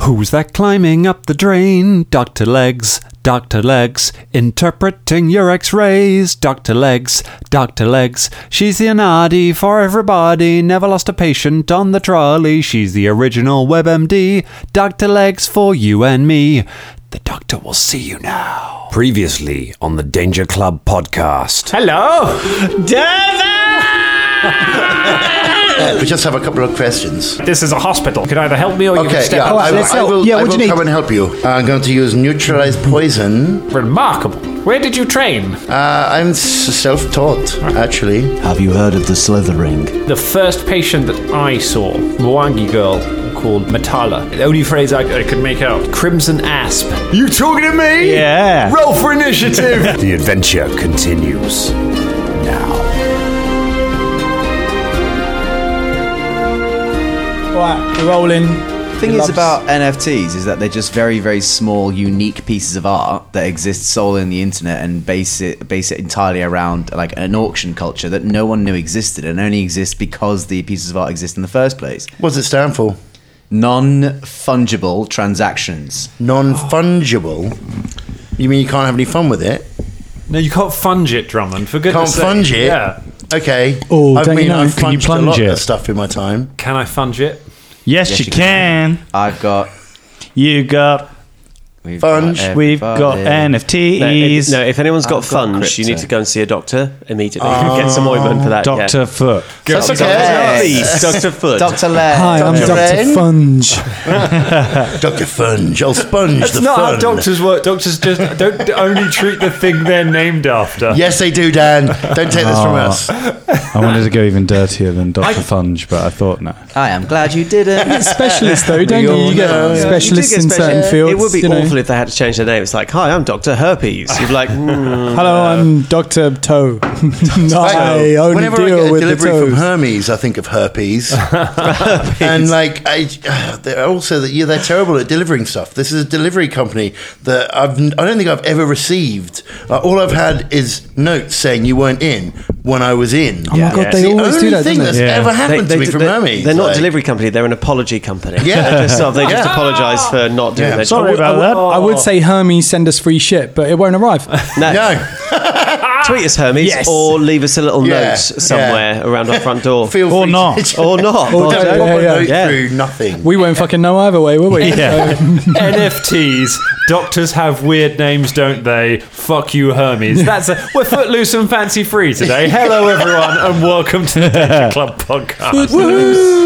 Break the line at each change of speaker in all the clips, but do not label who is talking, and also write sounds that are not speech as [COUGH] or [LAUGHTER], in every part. Who's that climbing up the drain? Dr. Legs, Dr. Legs, interpreting your x rays. Dr. Legs, Dr. Legs, she's the Anadi for everybody. Never lost a patient on the trolley. She's the original WebMD. Dr. Legs for you and me. The doctor will see you now.
Previously on the Danger Club podcast.
Hello, Devon!
We just have a couple of questions.
this is a hospital. Can either help me or you can
Okay,
step
yeah,
up?
I,
That's
will- I will,
Oh, Yeah,
I
what do
will
you need?
come and help you. Uh, I'm going to use neutralized poison.
remarkable. Where did you train?
Uh, I'm s- self-taught, actually.
Have you heard of the Slithering?
The first patient that I saw, Mwangi girl called Matala. The only phrase I, I could make out: crimson asp.
You talking to me?
Yeah.
Roll for initiative.
[LAUGHS]
[LAUGHS] the adventure continues.
Right, we're rolling.
The thing is about NFTs is that they're just very, very small, unique pieces of art that exist solely on the internet and base it base it entirely around like an auction culture that no one knew existed and only exists because the pieces of art exist in the first place.
What does it stand for?
Non fungible transactions.
Non-fungible. You mean you can't have any fun with it?
No, you can't funge it, Drummond. For
Can't
goodness' sake.
funge it?
Yeah.
Okay.
Oh,
I
don't you
mean,
know?
I've
Can you
funged a lot
plunge
of
it?
stuff in my time.
Can I funge it?
Yes, you,
you
can.
I've got
You got.
we've
Funge.
got
We've got
everybody.
No,
NFTs.
if, no, if anyone's got
I've got
funds, you need
crypto.
to go and see a doctor immediately. [LAUGHS] Get some ointment for that.
Doctor
yeah.
Foot.
That's
Doctor-
okay.
Please, [LAUGHS] Doctor Foot.
Doctor Lair.
Hi, I'm
Dr.
Dr.
Rain.
Funge.
Dr. Funge. I'll sponge the
Not how
fun.
doctors work. Doctors just don't only treat the thing they're named after.
Yes, they do, Dan. Don't take this
Oh.
from us.
I wanted to go even dirtier than Doctor Funge, but I thought no.
I am glad you didn't.
Specialist, [LAUGHS] though, don't
all
you? You get
know, yeah.
specialists in certain fields.
It would be
you know.
awful if they had to change their name. It's like, hi, I'm Doctor Herpes. You'd be like,
[LAUGHS]
mm,
Hello, I'm Dr. Toe. [LAUGHS] no, I only
Whenever I
deal
get a
with the
delivery from
toes.
Hermes, I think of
[LAUGHS]
herpes. [LAUGHS] and like, I [SIGHS] they're also that yeah, they're terrible at delivering stuff. This is a delivery company that I've I don't think I've ever received. Uh, all I've had is notes saying you weren't in when I was in.
Oh my God,
It's
they
the
always
only
do that,
thing
don't
that's
they?
They-
ever happened
they-
to me
they-
from
they-
Hermes.
They're not
Like,
delivery company. They're an apology company.
Yeah.
They're just, sort of- they just
Yeah.
apologise for not doing
Yeah.
their
Sorry
job.
about that.
I would say Hermes send us free shit, but it won't arrive.
No. [LAUGHS]
No,
Tweet us, Hermes,
Yes.
or leave us a little
Yeah.
note somewhere around our front
[LAUGHS]
door.
feel
Or
free
not.
To,
or
[LAUGHS]
not. uh,
Or
Or
don't.
don't.
Yeah, yeah.
note
Yeah.
through nothing.
we won't fucking know either way, will we? So,
Yeah.
[LAUGHS] NFTs. Doctors have weird names, don't they? Fuck you, Hermes. That's a, we're footloose and fancy free today. Hello, everyone, and welcome to the Danger
[LAUGHS]
Club podcast.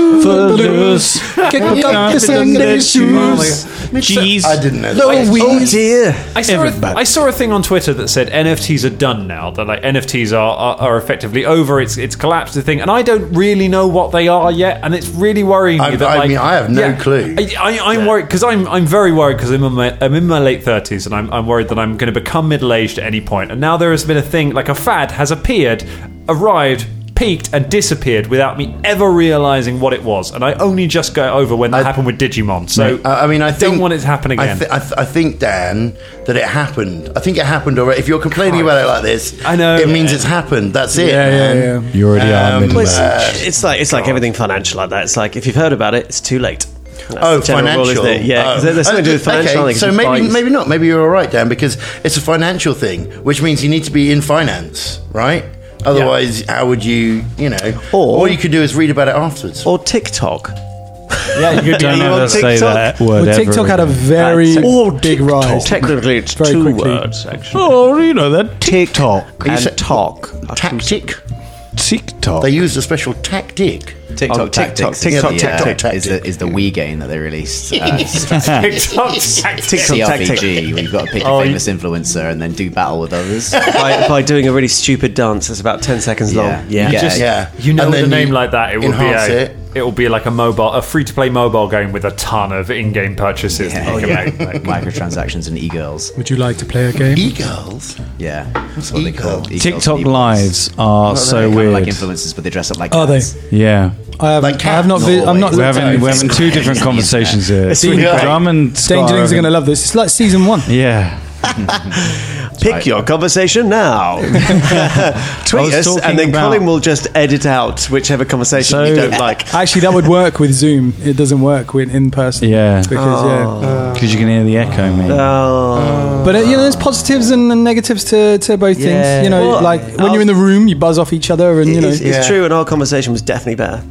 [LAUGHS]
Footloose.
Kick up the sandals shoes.
Jeez.
I didn't know.
No,
that.
we-
uh, Oh dear.
I saw, a, I saw a thing on Twitter that said NFTs are done now. That like NFTs are, are are effectively over. It's it's collapsed the thing, and I don't really know what they are yet, and it's really worrying me.
I-
That,
I
like,
mean, I have no clue.
I, I, I'm worried because I'm I'm very worried because I'm in my I'm in my late thirties, and I'm I'm worried that I'm going to become middle aged at any point. And now there has been a thing like a fad has appeared, arrived. Peaked and disappeared without me ever realizing what it was, and I only just got over when that
I-
happened with Digimon. So
I I mean, I think
don't want it to happen again.
I, th- I, th- I think Dan that it happened. I think it happened already. If you're complaining about it like this,
I know.
it means it's happened. That's it.
Yeah, yeah,
man.
yeah.
You already are
Um,
middle
was-
aged.
It's like it's like everything financial like that. It's like if you've heard about it, it's too late. That's
Oh,
the general rule,
financial.
isn't it? Yeah, 'cause
Oh.
there's something to do with
Okay,
financial. I think,
So
it's
maybe
buying-
maybe not. Maybe you're all right, Dan, because it's a financial thing, which means you need to be in finance, right? Otherwise, how would you, you know?
Or-
all you could do is read about it afterwards.
or TikTok. [LAUGHS]
yeah, you could
Don't
Are you
ever
on
say
TikTok?
that word
Well,
ever
TikTok had a
again.
very
Uh, or
big
TikTok.
rise.
Technically, it's
Very
two
quickly.
words actually.
Oh, you know that
TikTok and
said-
talk.
tactic.
TikTok.
They used a special tactic.
TikTok,
Oh, TikTok,
tactics.
TikTok,
is the, uh,
TikTok,
is the, is the Wii game that they released. Uh,
[LAUGHS] TikTok tactics.
CRPG, where you've got to pick
Oh,
a famous influencer and then do battle
[LAUGHS]
with others.
[LAUGHS] by, by doing a really stupid dance that's about 10 seconds
Yeah.
long.
You just-
Yeah,
You know,
And
with a
then
name
you
like that, it will be
enhance
a,
it.
it. will be like a mobile, a free-to-play mobile game with a ton of in-game purchases. that
Oh,
you can make. Like,
Microtransactions and e-girls.
Would you like to play a game?
E-girls.
Yeah, that's what they call
E-girls.
e-girls,
TikTok
e-boys.
lives are so
Kind of like
weird.
influencers, but they dress up like.
Are
cats.
they?
Yeah.
I have,
Like
I have not. Vi-
cats?
I'm not.
We're
looked at
having,
it.
we're
[LAUGHS]
having two different conversations here.
It's really
Drum and Scott
Dangerlings are going to
having-
love this. It's like season one.
Yeah.
Pick your conversation [LAUGHS] now. Tweet
was
us,
talking
and then
about-
Colin will just edit out whichever conversation you don't like.
Actually, that would work with Zoom. It doesn't work with in person.
Yeah.
Because, yeah.
Because you can hear the echo, mate.
Oh.
But, uh, you know, there's positives and, and negatives to, to both
Yeah.
things. You know,
Well,
like when you're in the room, you buzz off each other and, you know.
it's, it's
Yeah.
true, and our conversation was definitely better.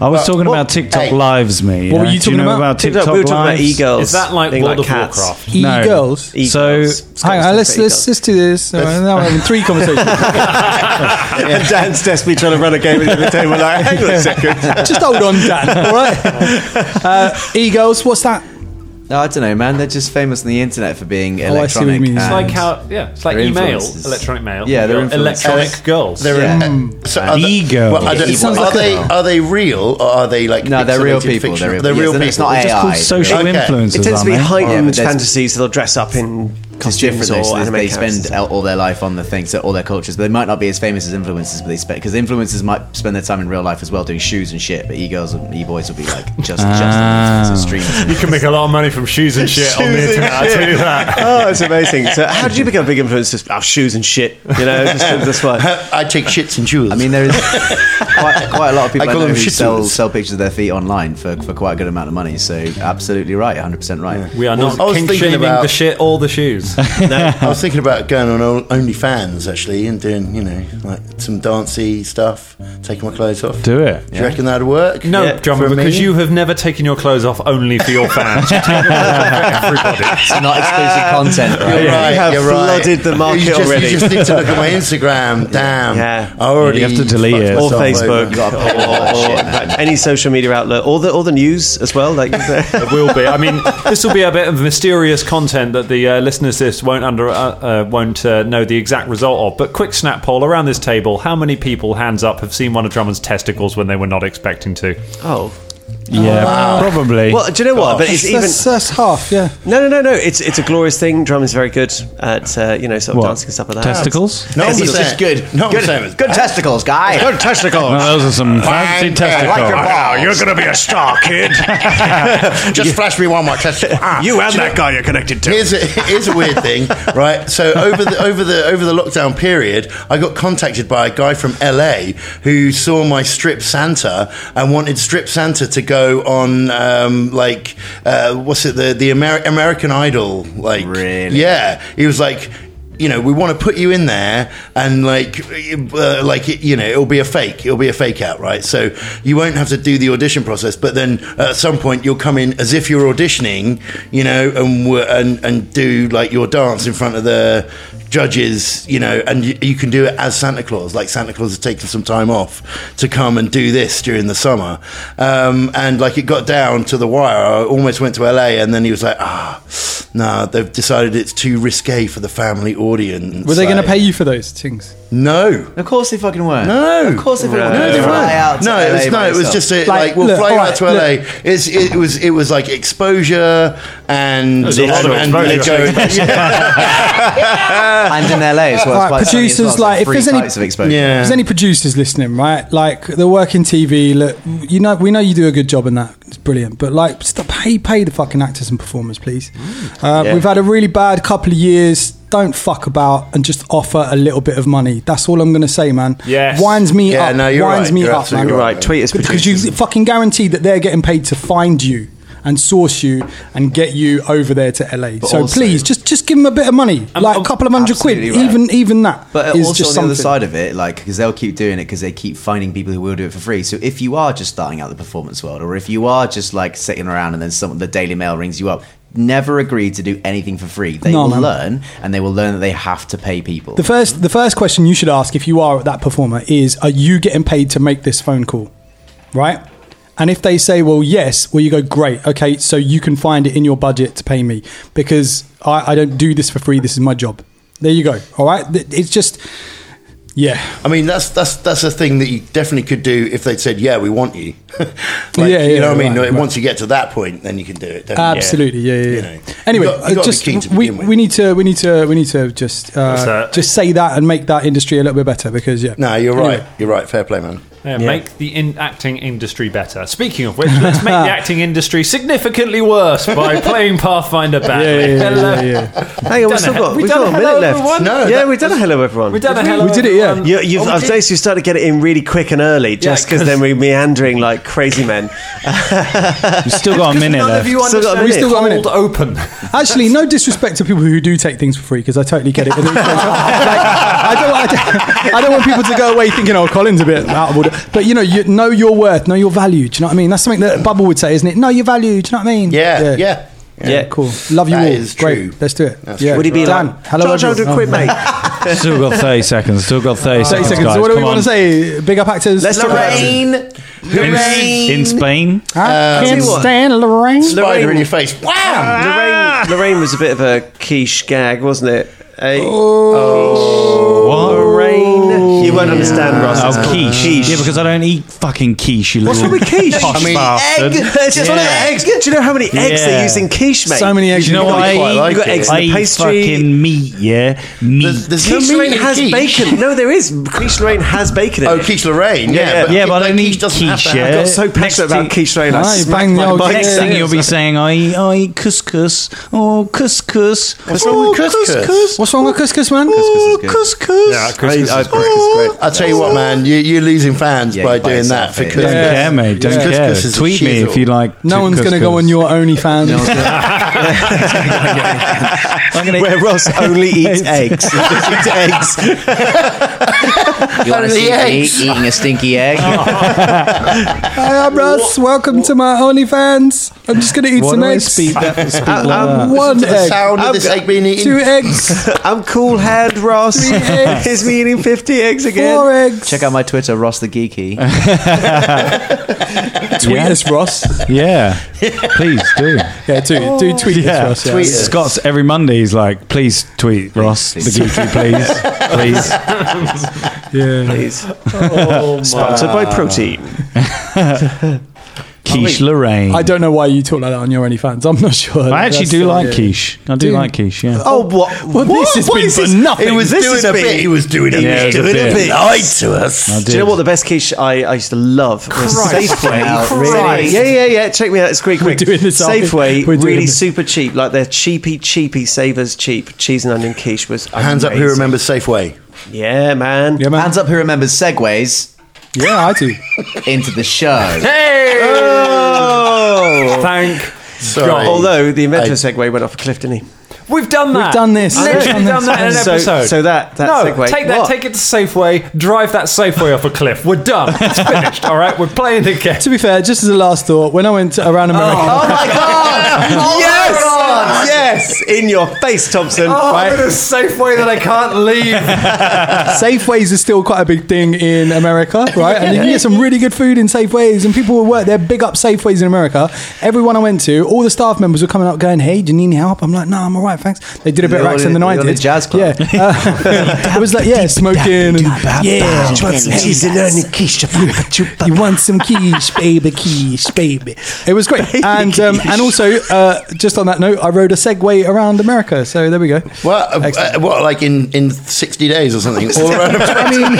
I
uh,
was talking
what-
about TikTok
hey.
lives, mate.
What were
yeah?
you
Do
talking
know
about?
about TikTok,
we were talking about
lives?
e-girls.
Is that like
being
World of
cats.
Warcraft?
E
No.
girls.
E-girls.
So-
Scots
Hang on,
and
let's, let's,
e-girls.
let's do this. Uh, now we're having three conversations.
And [LAUGHS] Dan's desperately trying to run a game into [LAUGHS] the table. Like, hang on a second.
Just hold on, Dan. All right. Uh, e girls, what's that?
No, I don't know, man. They're just famous on the internet for being
I see what
electronic.
you mean. It's
and-
It's [LAUGHS] like how yeah, it's like
Their
email,
influences.
electronic mail.
Yeah, they're
Your electronic
influences.
girls.
They're
Yeah.
uh, so are they,
Ego.
well, I
It
don't-
sounds
are
like a-
they are they real or are they like
No, they're real
pixelated
people.
fiction?
They're,
They're real
real people.
people.
It's not
It's
AI.
called social
Okay.
influencers.
It tends to be
aren't they?
heightened
Yeah, but
fantasy, so they'll dress up in
It's
costumes
different.
or
Though, so
anime
they, they
characters.
spend all their life on the thing, so all their cultures. They might not be as famous as influencers, but they spend because influencers might spend their time in real life as well doing shoes and shit. But e girls and e boys will be like just just influencers and streamers.
You can make a lot of money from shoes and shit on the
Shoes and
internet. I tell you
[LAUGHS]
that.
oh, it's amazing. So, how did you become a big influencer? Oh, shoes and shit. You know, [LAUGHS] just, that's why.
I take shits and jewels.
I mean, there is
[LAUGHS]
quite, quite a lot of people
I
I,
call
know
them
who
shitties.
sell, sell pictures of their feet online for, for quite a good amount of money. So absolutely right, 100% right.
We are not
I was
kink
thinking
shaming
about-
the shit or the shoes.
I
[LAUGHS]
was thinking about going on O- OnlyFans actually and doing you know like some dancey stuff, taking my clothes off.
Do it.
Do you reckon that'd work?
No, drummer,
For
because
me?
you have never taken your clothes off only for your
[LAUGHS]
fans. You take them off for everybody.
It's not exclusive [LAUGHS]
[LAUGHS]
content,
You're
right?
right.
You have
you're right.
flooded the market
you just,
already.
You just need to look at
[LAUGHS]
my Instagram. Damn.
Yeah.
I already
You have to delete
fucked
it.
Or
myself over.
Facebook,
[LAUGHS]
or, or- in fact, any social media outlet, or the or the news as well. Like,
It will be. I mean, this will be a bit of mysterious content that the uh, listeners to this won't under uh, uh, won't uh, know the exact result of. But quick snap poll around this table: How many people, hands up, have seen one of Drummond's testicles when they were not expecting to?
[LAUGHS] oh,
Yeah, probably.
well, do you know what? But it's
That's,
even
that's, that's half, yeah.
no, no, no, no. It's it's a glorious thing. Drum is very good at uh, you know sort of
What?
dancing and stuff like that.
Testicles?
No,
It's
one's saying-
just good.
No,
good,
one's saying it's
good testicles, guy. Good
[LAUGHS]
testicles.
Well, those are some fancy testicles.
Wow, you're going to be a star, kid. [LAUGHS]
Just flash me one more testicle. Ah.
You and that guy you're connected to.
Here's a, here's a weird thing, right? So over the over the over the lockdown period, I got contacted by a guy from LA who saw my Strip Santa and wanted Strip Santa to go on um, like uh, what's it the the Ameri- American Idol like
Really?
yeah. He was like. You know, we want to put you in there, and like, uh, like you know, it'll be a fake. It'll be a fake out, right? So you won't have to do the audition process, but then at some point you'll come in as if you're auditioning, you know, and w- and and do like your dance in front of the judges, you know, and you, you can do it as Santa Claus. Like Santa Claus has taken some time off to come and do this during the summer, um, and like it got down to the wire. I almost went to LA, and then he was like, ah, no, they've decided it's too risque for the family audience.
Were they going to
Like,
pay you for those things?
No.
Of course they fucking were.
No.
Of course they fucking were.
No, they
Fly out
weren't.
to
No, it was, no,
LA by
it was
yourself.
just a,
Like,
like, we'll
look,
fly you
alright,
out to
look.
LA. It's, it was it was like exposure and
was a lot of
and- and
exposure. [LAUGHS]
they go-
and in LA as well.
Right,
It's quite funny as
producers,
well, so
like, if
three
there's any-
types of exposure.
If
yeah.
there's any producers listening, right? Like the work in TV, look, you know, we know you do a good job in that. It's brilliant, but like, stop, pay pay the fucking actors and performers, please. Uh, We've had a really bad couple of years. Don't fuck about and just offer a little bit of money. That's all I'm going to say, man.
Yes.
Winds me
Yeah,
up.
no, you're
winds
right.
me
You're
up, man.
absolutely
You're right. Tweet us
Because you fucking guarantee that they're getting paid to find you and source you and get you over there to LA. so
also-
please, just just give them a bit of money, like a couple of hundred quid,
absolutely right.
even even that.
But uh,
is
also
just
on the
something.
other side of it, like because they'll keep doing it because they keep finding people who will do it for free. So if you are just starting out the performance world, or if you are just like sitting around and then someone the Daily Mail rings you up, never agree to do anything for free. They
No,
will
man.
learn, and they will learn that they have to pay people.
The first, the first question you should ask if you are that performer is, are you getting paid to make this phone call, right? And if they say, well, yes, well, you go, great, okay, so you can find it in your budget to pay me because I, I don't do this for free. This is my job. There you go. All right. Th- It's just, yeah,
I mean, that's that's that's a thing that you definitely could do if they'd said, "Yeah, we want you." [LAUGHS] like,
Yeah,
you
yeah,
know what I mean.
right,
Once you get to that point, then you can do it. definitely.
absolutely, yeah, yeah. yeah.
You know, you
anyway,
got- you
uh,
gotta be
just
keen to
we,
begin with.
we need to we need to we need to just
That's
uh,
that.
just say that and make that industry a little bit better because yeah.
No, you're
Anyway.
right. You're right. Fair play, man.
Yeah, Uh, Make the in- acting industry better. Speaking of which, let's make the acting industry significantly worse by playing Pathfinder badly.
Yeah, yeah, yeah,
Hello.
yeah, yeah.
Hang
Done
on, we've still
it.
got,
We
we've
done
got
a
a minute
hello,
left.
everyone?
No, yeah, we've done a hello, everyone.
We done a hello.
We did it, yeah.
everyone.
You, you've, I've noticed you started to get it in really quick and early, just because
'cause-
then we're meandering like crazy men.
We've
[LAUGHS]
still got a minute
None
left.
of you
Still got
understand.
a
We
minute.
still got a minute. open.
Actually, no disrespect to people who do take things for free because I totally get it. It is- like, I, don't, I, don't, I don't want people to go away thinking, "Oh, Colin's a bit out of order." But you know, you know your worth, know your value. Do you know what I mean? That's something that Bubble would say, isn't it? Know your value. Do you know what I mean?
Yeah, yeah.
Yeah,
Cool. Love you
That
all.
is true.
Great. Let's do it.
That's
yeah.
true.
Would he be
Dan,
like,
hello,
charge 100 quid,
everyone." Oh. [LAUGHS]
mate?
Still got 30 seconds. Still got
30
30 seconds.
seconds.
Guys.
so what do we
Come
want
on.
to say? Big up actors.
Let's talk about it.
[LAUGHS]
Lorraine! [LAUGHS]
In, in Spain?
I can't
what.
stand Lorraine.
Spider in your face. Wow.
Lorraine, Lorraine was a bit of a quiche gag, wasn't it? Eh?
What?
Lorraine. You won't understand, Ross. It's
Oh,
called
quiche. Yeah, because I don't eat fucking quiche, you
What's
little
wrong with quiche?
posh
I mean,
bastard.
Egg. [LAUGHS] It's just
Yeah.
eggs. Do you know how many eggs they
Yeah.
use in quiche, mate?
So many eggs.
Do you know what I
quite
eat?
like
You got
it.
eggs in
I
the
eat
pastry.
fucking meat, yeah? Meat.
There's, there's no
Quiche
meat
Lorraine
in
has
quiche.
bacon. No, there is. Quiche Lorraine has bacon in
Oh,
it.
quiche Lorraine. Yeah,
Yeah,
but,
yeah, but I
that
don't eat
quiche doesn't have
quiche,
to have-
yeah.
I got so
Next
passionate about
to-
quiche Lorraine, I
Ah, you
smacked
banged the
my
old
mic.
Next
Yeah,
thing
yeah,
you'll be saying, I eat, I eat couscous. Oh, couscous.
What's
oh,
wrong with couscous?
What's wrong with couscous, man?
Oh,
good.
couscous. Oh,
Yeah,
I,
Christmas
I,
is great.
I,
I'll tell you what, man, you, you're losing fans
Yeah,
by
you buy
doing that
yourself
for
it.
couscous.
Don't care, mate. Don't
Couscous
care.
is a
Tweet me
shizzle.
if you like.
No
to
one's going to go
couscous.
on your OnlyFans.
I'm [LAUGHS] gonna-
where Ross only
[LAUGHS]
eats eggs. He just eats eggs.
You want to
the
see me
eggs.
eating a stinky
[LAUGHS]
egg?
Hi, I'm Russ. Welcome to my OnlyFans. I'm just going to eat
Why
some
do I
eggs.
speak that- [LAUGHS] speak like that?
One
The
egg,
sound of this egg being
two
eaten.
eggs,
[LAUGHS] I'm cool head, Ross.
Three eggs.
Here's me eating 50 eggs again.
four eggs.
Check out my Twitter, Ross the Geeky.
tweet us,
[LAUGHS]
Ross.
[LAUGHS] Yeah, please do.
Yeah, do do tweet
Yeah.
us, Ross. Yeah.
Tweet us.
Scott's every Monday. He's like, please tweet Ross the geeky, please, please.
[LAUGHS]
Please.
Oh,
Sponsored by protein.
Quiche Lorraine.
I don't know why you talk like that on your OnlyFans. I'm not sure.
I actually
That's-
do like
yeah.
quiche. I do
Do you?
like quiche. Yeah.
Oh, what?
Well, this has been for nothing.
It was
He was
this
doing
has
a
been-
bit. He was doing a
Yeah,
bit.
it was a
Doing
bit.
Lied to us.
I
Do you know what the best quiche I, I used to love? was Safeway.
Christ.
Yeah, yeah, yeah. Check me out. It's quick, quick.
doing this, aren't we?
Safeway,
We're doing
really
this.
super cheap. Like their cheapy, cheapy savers cheap cheese and onion quiche was
Hands up who
amazing.
remembers Safeway.
Yeah, man.
Yeah, man.
Hands up who remembers segues
Yeah, I do.
into the show.
[LAUGHS]
Oh.
Thank.
Sorry.
Although the inventor
I-
of Segway went off a cliff, didn't he?
We've done that.
We've done this.
Literally
We've
done that in an
So-
episode.
so that- that
no,
segue-
take that.
what?
Take it to Safeway. Drive that Safeway off a cliff. We're done.
[LAUGHS]
It's finished. All right, we're playing again.
To be fair, just as a last thought, when I went to- around America,
yes! Yes! In your face, Thompson.
Oh,
Right.
I'm in a Safeway that I can't leave.
[LAUGHS] Safeways is still quite a big thing in America, right? And you can get some really good food in Safeways, and people will work. They're big up Safeways in America. Everyone I went to, all the staff members were coming up going, "Hey, do you need any help?" I'm like, "No, I'm all right, thanks." They did a bit of
You're
accent
on
than
a-
I
you're
did.
on a jazz club.
Yeah, uh, [LAUGHS] it was like, yeah, smoking. And, yeah, do you want some cheese and onion quiche? You want some quiche, baby quiche, baby. It was great, and um, and also uh, just on that note, I rode a Segway around America. So there we go.
Well, uh, uh, what, like in, in 60 days or something? All around [LAUGHS]
I mean,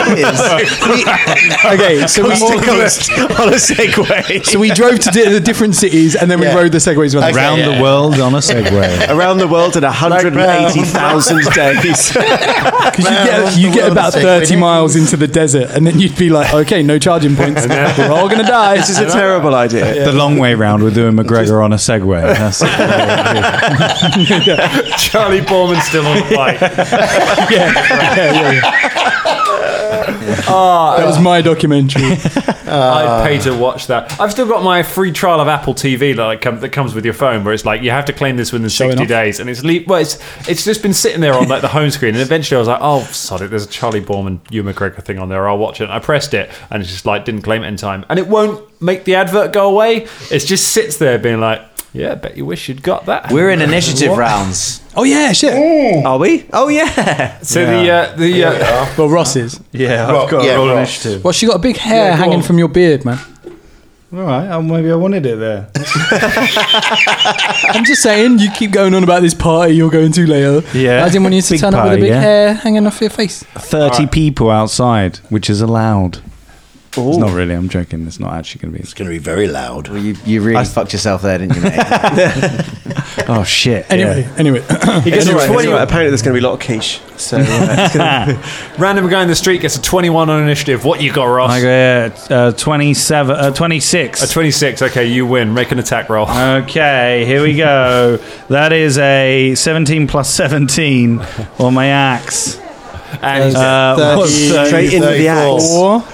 it is.
Okay, so we
All of us on a Segway.
So we drove to di- the different cities and then we
Yeah.
rode the segways around.
Okay.
the
Round
yeah.
the world on a Segway.
Around the world in [LAUGHS] 180,000 days.
Because you
Man,
get,
what's
you
the
get
world
about
of segway?
30 miles into the desert and then you'd be like, okay, no charging [LAUGHS] points. We're all going to die.
This
[LAUGHS]
is a terrible idea.
The long way round with Ewan McGregor on a Segway. That's
Charlie Borman's still on the bike.
Uh, that was my documentary.
I'd pay to watch that. I've still got my free trial of Apple TV that like, com- that comes with your phone, where it's like you have to claim this within sixty
off.
days, and it's le- well, it's it's just been sitting there on like the home screen, and eventually I was like, oh sod it, there's a Charlie Borman, Hugh McGregor thing on there, I'll watch it. And I pressed it, and it's just like didn't claim it in time, and it won't make the advert go away. It just sits there being like, yeah, bet you wish you'd got that.
We're in initiative rounds.
[LAUGHS] Oh, yeah, shit.
Are we? Oh, yeah.
so the uh, the uh,
Well, Ross is.
Yeah,
Well, yeah, well,
Well, she got a big hair hanging from your beard, man.
all right. Oh, maybe I wanted it there.
I'm just saying, you keep going on about this party you're going to later.
Yeah.
I didn't want you to
Big
turn up with a
party,
big
yeah.
hair hanging off your face.
Thirty people outside, which is allowed. It's not really. I'm joking. It's not actually going to be.
It's going to be very loud.
Well, you, you really fucked yourself there, didn't
[LAUGHS]
you, mate?
Oh shit!
Anyway, anyway.
He gets a
Anyway,
20
anyway, apparently there's going to be a lot of quiche. So [LAUGHS] uh, it's gonna-
Random guy in the street gets a 21 on initiative. What you got, Ross?
I got uh, 27, uh, 26.
a 26. Okay, you win. Make an attack roll.
Okay, here we go. that is a 17 plus
[LAUGHS]
17 on my axe.
And
Uh, what's thirty-
straight into the axe.
Four.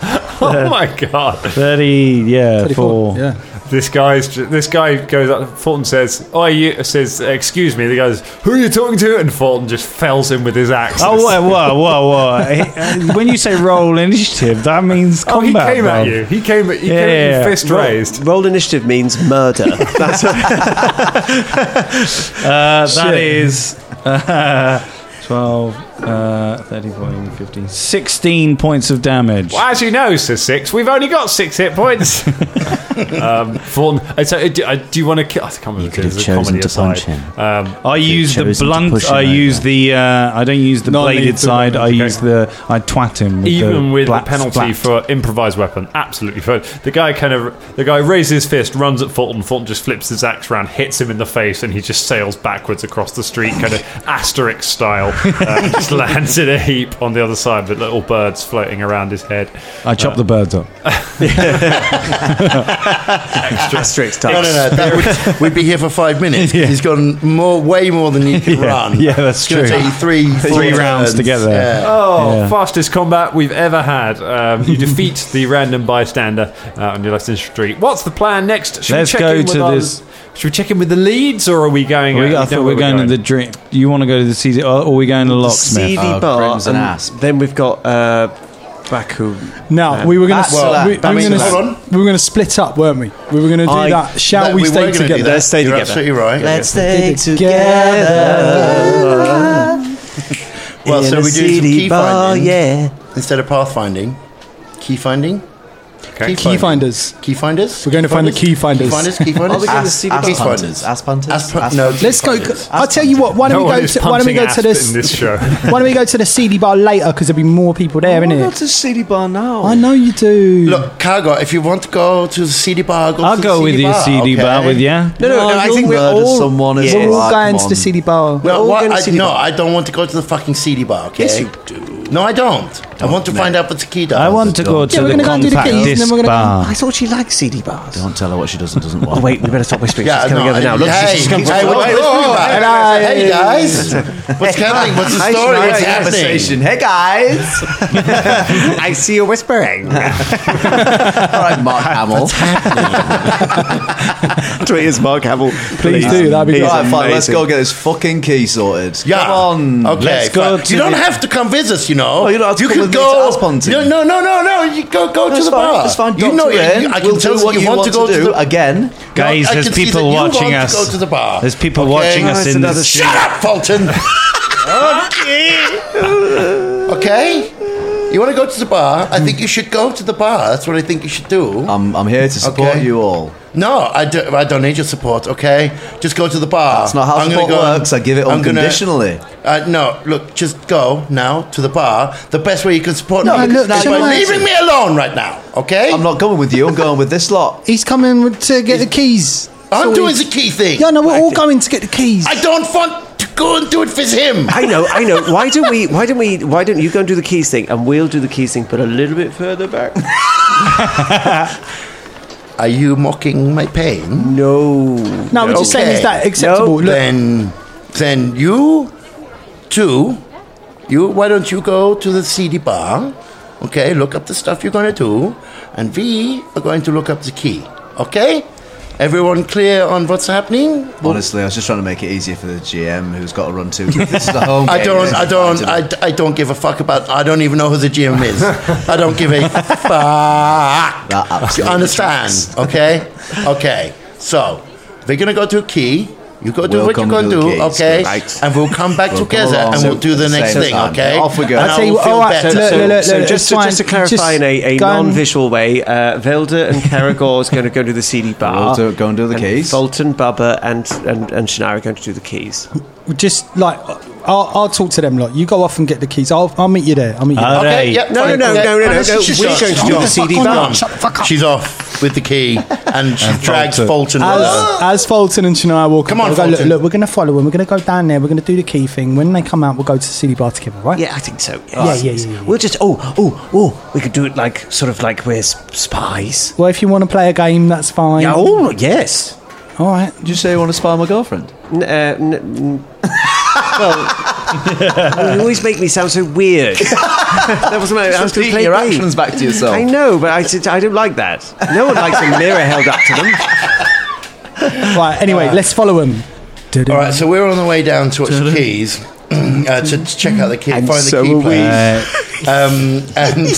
oh my god,
30, yeah,
34,
four.
Yeah.
this guy's ju- this guy goes up. Fulton says, "Oh, you says excuse me." The guy goes, "Who are you talking to?" And Fulton just fells him with his axe.
Oh, whoa, whoa, whoa, whoa. Uh, when you say roll initiative, that means
Oh, he
combat.
came at
bro.
you. He came. He
Yeah,
came at
yeah,
you
yeah.
fist raised.
Rolled initiative means murder. [LAUGHS] That's what,
Uh, that is uh, 12, uh, 30, 40, 50, 16 points of damage.
Well, as you know, says Six, we've only got six hit
[LAUGHS]
points. um, Fulton, I- so, uh, do, uh, do you want to kill? I can't remember. You
could have chosen to punch him.
Um,
I use the
chosen to
blunt.
push him
I
over.
use the. Uh, I don't use the
Non-lethal
bladed side. I
weapon,
use the. I twat him. With
even
the
with
blat
the penalty
splat.
for improvised weapon, absolutely fine. The guy kind of the guy raises his fist, runs at Fulton. Fulton just flips his axe around, hits him in the face, and he just sails backwards across the street, kind [LAUGHS] of asterisk style, uh, and [LAUGHS] just lands in a heap on the other side with little birds floating around his head.
I chop the birds up.
asterisk
No, no,
type.
no. That would, we'd be here for five minutes. 'cause He's gone more, way more than you can run.
yeah, that's
it's gonna
true.
Take you three, four
Three rounds
turns.
to get there.
Yeah.
Oh,
Yeah.
fastest combat we've ever had. Um, you defeat the random bystander uh, on your left in the street. What's the plan next? Should
Let's
we check
go
in with
to
our-
this-
Should we check in with the leads, or are we going?
we,
uh,
I
you know
thought we
where
were going, to the drink. You want to go to the CD, or, or we going to the locksmith?
CD
Oh,
bar.
Crimson
and
Asp.
Then we've got uh, Baku.
Now we were going
that's
to
well,
we,
that
we
means
were going
that- Hold on.
to we were going to split up, weren't we? We were going to do
I-
that. Shall
No,
we,
were
stay
gonna do
together?
that.
Let's stay
You're
together.
Absolutely right.
Let's stay together.
Together.
Well,
in
so
a
we do some
CD
key
bar,
finding.
yeah.
Instead of pathfinding, key finding.
Okay.
Key finders.
Key finders.
We're going to find the key finders.
Key finders. Key finders.
[LAUGHS]
we going to see the
key
Ass
finders.
Ass punters.
Ass pu-
Ass
no,
punters.
key
Let's go.
finders.
I'll tell you what. Why don't
No
we
one
go?
is
To, why don't we
punting
go
ass
to this?
in this show. [LAUGHS]
why don't we go to the CD bar later? Because there'll be more people there,
Why
innit?
not to CD bar now?
I know you do.
Look, Cargo, if you want to go to the CD bar, go
I'll
to
go
the
with
CD
you,
bar,
CD
okay?
bar, with you.
No, no, no I think we're
murder
all.
someone as
we're
well.
all
Ah,
going
come
to
on.
the CD bar.
We're
Well,
all
why-
going to
I,
CD
no,
bar.
I don't want to go to the fucking CD bar. Okay?
Yes, you
do. No, I don't. I want to find out what the key does.
I want to go
yeah,
to
we're
the
gonna go and do the
compact
keys, and then
disc
we're gonna go-
bar.
I thought she liked CD bars.
Don't tell her what she does and doesn't want.
Oh, [LAUGHS] wait, we better stop whispering.
Yeah,
she's coming
no,
over now. Look,
hey,
she's, she's coming.
hey, what-
Oh,
what's the about? Hey, guys, what's happening? What's the story? What's happening?
conversation. Hey
[LAUGHS]
guys.
I see
[LAUGHS]
you whispering.
All right, Mark Hamill.
Tweet us, Mark Hamill.
Please do, that'd be
He's
great.
All right, fine. Let's
amazing.
go get this fucking key sorted.
Yeah.
Come on.
Okay.
Let's
fine.
go.
you don't have to come visit us. You know.
Oh, you don't have to come
can
with me
go.
to Ass Ponting.
No, no, no, no, no. You go. Go to
It's
the
fine.
bar.
It's fine.
You know. You,
in.
I can
we'll
tell
do what you, want to go do
to the.
again.
Guys,
I
there's
can see
people
that you
watching
want
us.
To go to the bar.
There's people watching us in
another
this.
shit.
Shut up,
[LAUGHS]
Fulton. okay. You want to go to the bar? I think you should go to the bar. That's what I think you should do.
I'm, I'm here to support
Okay.
you all.
No, I, do, I don't need your support, okay? Just go to the bar.
That's not how
I'm gonna
support works. I give it
I'm gonna-
unconditionally.
uh, no, look, just go now to the bar. The best way you can support
No,
me
look,
is
no,
by
no,
leaving me alone right now, okay?
I'm not going with you. I'm going with this lot.
He's coming to get the keys.
I'm
So
doing
we-
the key thing.
Yeah, no, we're all going to get the keys.
I don't want to go and do it with him.
I know, I know. Why don't we? Why don't we? Why don't you go and do the keys thing, and we'll do the keys thing, but a little bit
[LAUGHS]
further back.
Are you mocking my pain?
No,
no, we're just
Okay.
saying, is that acceptable? Look,
Then, then you too. You why don't you go to the CD bar? Okay, look up the stuff you're gonna do, and we are going to look up the key. Okay, everyone clear on what's happening?
Honestly, I was just trying to make it easier for the GM who's got to run two. This is the home.
I
game.
don't, I don't, I, I don't give a fuck about. I don't even know who the GM is. I don't give a fuck.
That absolutely
you understand?
[LAUGHS]
Okay, okay. So they're gonna go to a key. You go do
We'll
what you
come
gonna
do
do,
the keys,
okay?
right.
And we'll come back
We'll come
together
along
and we'll
at
do the
the
next
same
thing,
time.
okay?
Off we go.
And
I'll
I
tell you
will
what-
feel
all right,
better.
look, look, look.
So
it's
just, to,
fine.
just to clarify in a, a
Just go and-
non-visual way, uh, Velda and Karagor is going to go to the CD bar.
We'll do- go and do the
and
keys.
Fulton, Bubba, and and and Shania are going to do the keys.
just like I'll, I'll talk to them lot. You go off and get the keys. I'll, I'll meet you there. I'll meet you. there.
Okay, yeah,
No,
fine,
no, no,
okay.
no, no,
And
no,
she-
no,
she
we're
starts-
going to
she
do the
starts
CD
fucking
bar.
on. She's off with the key and she drags Fulton
Fulton.
with her.
As, as Fulton and Shania walk,
Come
up,
on,
we go, look,
Fulton.
look, we're going to follow them. We're going to go down there. We're going to do the key thing. When they come out, we'll go to the city bar together, right?
Yeah, I think so.
Yeah, yeah, yeah, yeah.
We'll just oh oh oh. We could do it like sort of like we're s- spies.
Well, if you want to play a game, that's fine.
Yeah. Oh yes.
All right.
Did you say you want to spy my girlfriend?
N- uh, n- n- well, [LAUGHS] you always make me sound so [LAUGHS] weird. that was my. I was going to play
your
a game.
actions back to yourself.
I know, but I, said- I don't like that. No one likes a mirror held up to them.
Right. Anyway, let's follow them.
All right, so we're on the way down to watch the keys. [CLEARS THROAT] Uh, to to check out the key, find
so
the key
are we.
player,
[LAUGHS]
um, and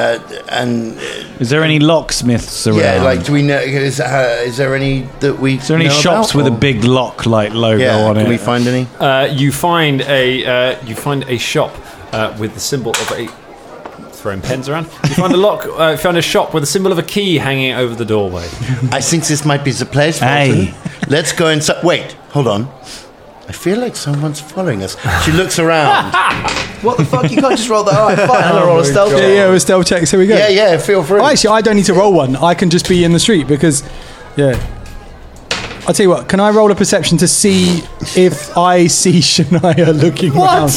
[LAUGHS] um, uh, and uh,
Is there any locksmiths around?
yeah, like do we know? Is, uh, is there any that we?
Is there any shops
Oh.
with a big lock like logo
Yeah,
on
can
it?
we find any?
Uh, you find a uh, you find a shop uh, with the symbol of a throwing pens around. You find a lock. Uh, you find a shop with a symbol of a key hanging over the doorway.
I think this might be the place.
Hey.
Fulton. Let's go inside. Wait, hold on. I feel like someone's following us. She looks around.
[LAUGHS] What the fuck? You can't just roll that. All right, fine. I'm gonna roll a stealth.
Yeah,
check.
yeah. We'll stealth check. Here we
[LAUGHS]
go.
yeah, yeah, feel free.
Oh,
[LAUGHS]
actually, I don't need to roll one. I can just be in the street because, yeah. I'll tell you what. Can I roll a perception to see if I see [LAUGHS] Shania looking around?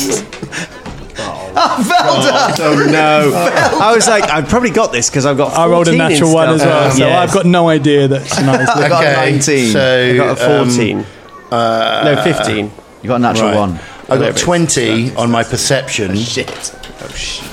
Oh,
I was like, I've probably got this because I've got.
I rolled a
14
natural one as
instead.
well,
Um,
so
yes.
I've got no idea that Shania's [LAUGHS]
I
looking.
got a
Okay,
19.
So
I got a
um, uh,
fourteen. no, fifteen.
you got a natural
right.
one.
I got twenty on my perception.
Shit.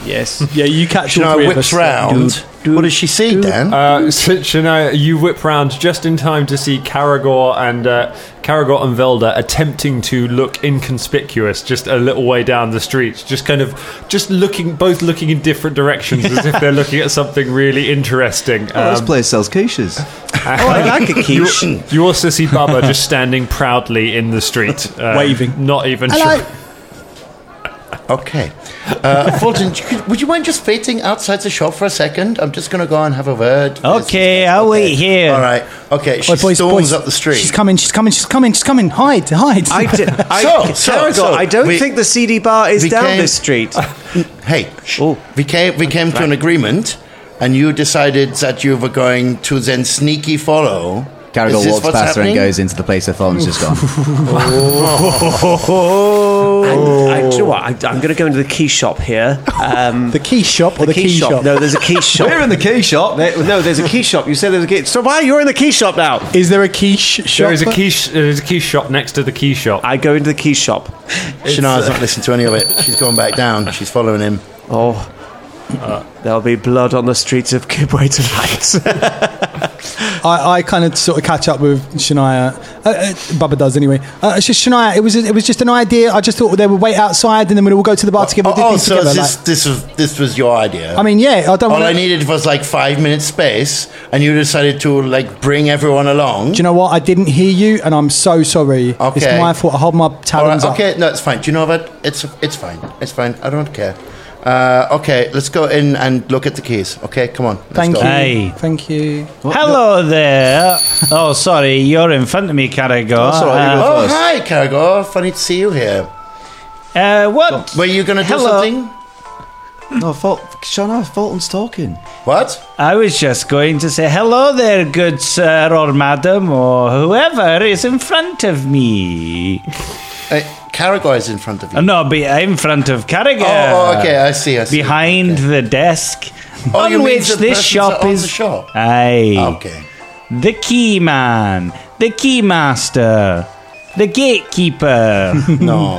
Yes.
Yeah, you catch all
Shania
three of us.
whips round. What does she see, Dan?
Uh, so, Shania, you whip round just in time to see Caragor and uh, Caragor and Velda attempting to look inconspicuous, just a little way down the street, just kind of just looking, both looking in different directions as if they're looking at something really interesting.
Oh, this
Um,
place sells quiches.
I like a quiche.
you, [CLEARS THROAT] you also see Baba just standing proudly in the [LAUGHS] street, um,
Waving.
Not even sure.
Okay. Uh, [LAUGHS] Fulton, could- would you mind just waiting outside the shop for a second? I'm just going to go and have a word.
Okay, I'll wait here.
All right. Okay, she
Oi, boys,
storms
boys,
up the street.
She's coming. She's coming. She's coming. She's coming. Hide. Hide.
I,
[LAUGHS]
d- I,
So, so,
Caragor,
so,
I don't
we-
think the CD bar is
we
down
came-
this street.
Hey, shh.
Oh.
we came we came to an agreement, and you decided that you were going to then sneaky follow. Is
Caragol
this
walks
what's
past her and
happening?
goes into the place where Thornton's just gone.
Oh.
And I, do you know what? I, I'm going to go into the key
[LAUGHS]
shop here. Um,
the key shop or the, key, shop?
No, there's a key shop.
in the key shop.
There- no, there's a key shop. You said there's a key. So why you're in the key shop now?
Is there a key sh- shop?
There is a key. Sh- there is a key shop next to the key shop.
I go into the key shop.
Shania's not listened to any of it. She's gone back down. She's following him.
Oh, uh, there'll be blood on the streets of Kibway
[LAUGHS]
tonight.
I, I kind of sort of catch up with Shania. Uh, uh, Bubba does anyway. Uh, it's just Shania. It was it was just an idea. I just thought they would wait outside and then we'd all go to the bar together.
Oh,
do
oh,
things
so
together,
this,
like-
this was this was your idea.
I mean, yeah. I don't.
all
wanna,
I needed was like five minutes space, and you decided to like bring everyone along.
Do you know what? I didn't hear you, and I'm so sorry. It's
Okay.
my fault. I hold my
All right,
talons up.
okay, no, it's fine. Do you know what? It's it's fine. It's fine. I don't care. Uh, okay, let's go in and look at the keys. Okay, come on. Let's
Thank
go.
you.
Hey.
Thank you.
Hello there. Oh, sorry, you're in front of me, Uh, Caragor.
That's all right, you
Oh,
First.
hi, Cargo. Funny to see you here.
uh, what?
Were you going to do
Hello.
something?
Oh, No, Fult- Shana, Fulton's talking.
What?
I was just going to say hello there, good sir or madam or whoever is in front of me.
Uh, Caragor is in front of you.
Uh, No, be in front of Caragor.
Oh, oh, okay, I see, I see.
Behind the desk
Oh, you
on
mean
which
the
this
persons
shop
that own
is.
the shop? Ah,
Aye.
Okay.
The key man, the key master, the gatekeeper.
[LAUGHS]
[LAUGHS]
No.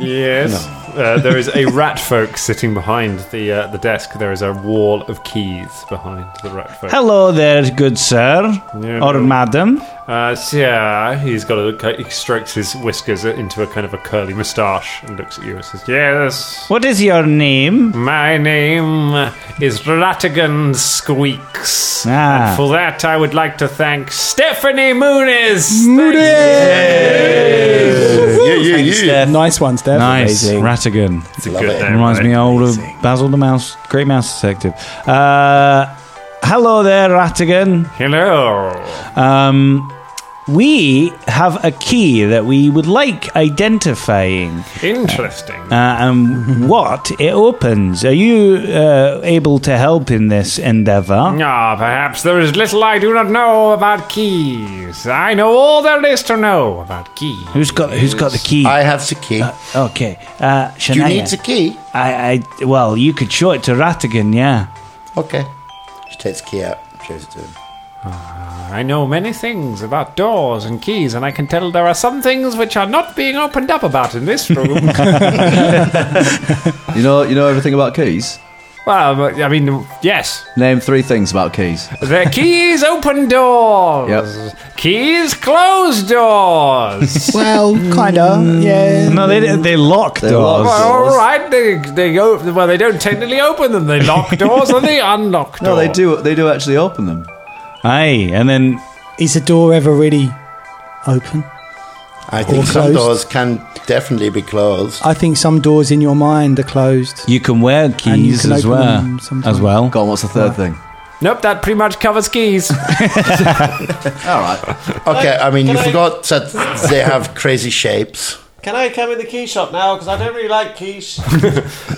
Yes. Uh, there is a rat folk sitting behind the uh, the desk. There is a wall of keys behind the rat folk.
Hello there, good sir
Yeah,
or
no.
madam.
Uh, so yeah, he's got a look. He strokes his whiskers into a kind of a curly moustache and looks at you and says, "Yes,
What is your name?
my name is Ratigan Squeaks,
Ah.
and for that I would like to thank Stephanie Moonies.
yeah, yeah, yeah.
Nice one, Steph.
Nice, Ratigan. Reminds me old of Basil the Mouse, Great Mouse Detective. Uh, hello there, Ratigan.
Hello.
Um, We have a key that we would like identifying
Interesting.
uh,
[LAUGHS]
and what it opens. Are you uh, able to help in this endeavor?
Ah, perhaps there is little I do not know about keys. I know all there is to know about keys.
Who's got Who's got the key?
I have the key.
okay, uh, Shania.
Do you need the key?
I, I, well, you could show it to Ratigan, yeah.
Okay. She takes the key out, shows it to him.
I know many things about doors and keys, and I can tell there are some things which are not being opened up about in this [LAUGHS] room.
You know, you know everything about keys.
well, I mean, yes.
Name three things about keys.
The keys open doors. Keys close
[LAUGHS]
doors.
Well, kinda. Yeah.
No, they they lock
They lock.
doors.
Well, all right, they they go. Well, they don't technically open them. They
[LAUGHS]
lock doors and they unlock doors.
No, they do. They do actually open them.
Aye, and then
Is the door ever really open?
I think
Or
some
closed.
doors can definitely be closed.
I think some doors in your mind are closed.
you can wear keys
can
as
open
well.
them sometime.
As well.
Go on. What's the third thing?
Nope, that pretty much covers keys.
All right.
Uh,
Okay, I mean, you
I-
forgot that they have crazy shapes.
Can I come in the key shop now? Because I don't really like keys.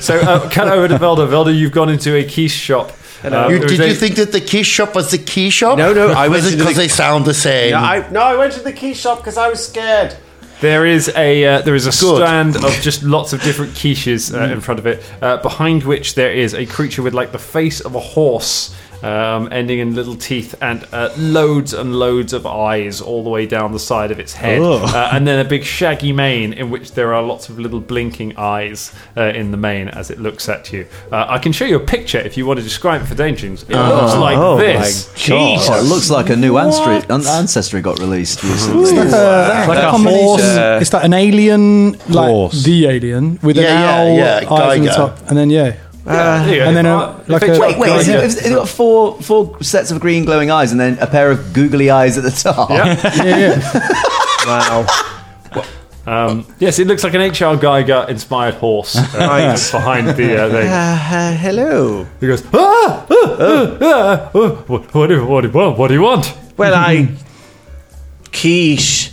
so, uh, cut over to Velda. Velda, you've gone into a key shop. Um,
You,
it was
did
a-
you think that the key shop was the key shop?
No, no, I
was
went
it
to
because
the-
they sound the same?
Yeah, I, no, I went to the key shop because I was scared.
There is a uh, there is a
Good.
stand of just lots of different quiches uh, in front of it, uh, behind which there is a creature with like the face of a horse, um, ending in little teeth and uh, loads and loads of eyes all the way down the side of its head, uh, and then a big shaggy mane in which there are lots of little blinking eyes uh, in the mane as it looks at you. Uh, I can show you a picture if you want to describe it for Dungeons. It looks like this.
Jesus.
Oh, it looks like a new ancestry, an ancestry got released recently.
It's like a horse. It's like an alien, like
Horse.
the alien with
Yeah, yeah,
an owl
yeah,
eyes on the
Geiger.
top, and then yeah,
Yeah, there you go.
and then a-
Uh,
like a-
picture
Wait,
of
wait, is it,
Geiger.
is it got four four sets of green glowing eyes and then a pair of googly eyes at the top?
yeah, yeah.
Um, yes, it looks like an H.R. Geiger inspired
[LAUGHS]
horse uh, just [LAUGHS] behind the uh, thing.
hello.
He goes, ah, ah, ah, ah, ah, what, what, do you- what, do you want? what do you want?
Well,
[LAUGHS]
I. Quiche.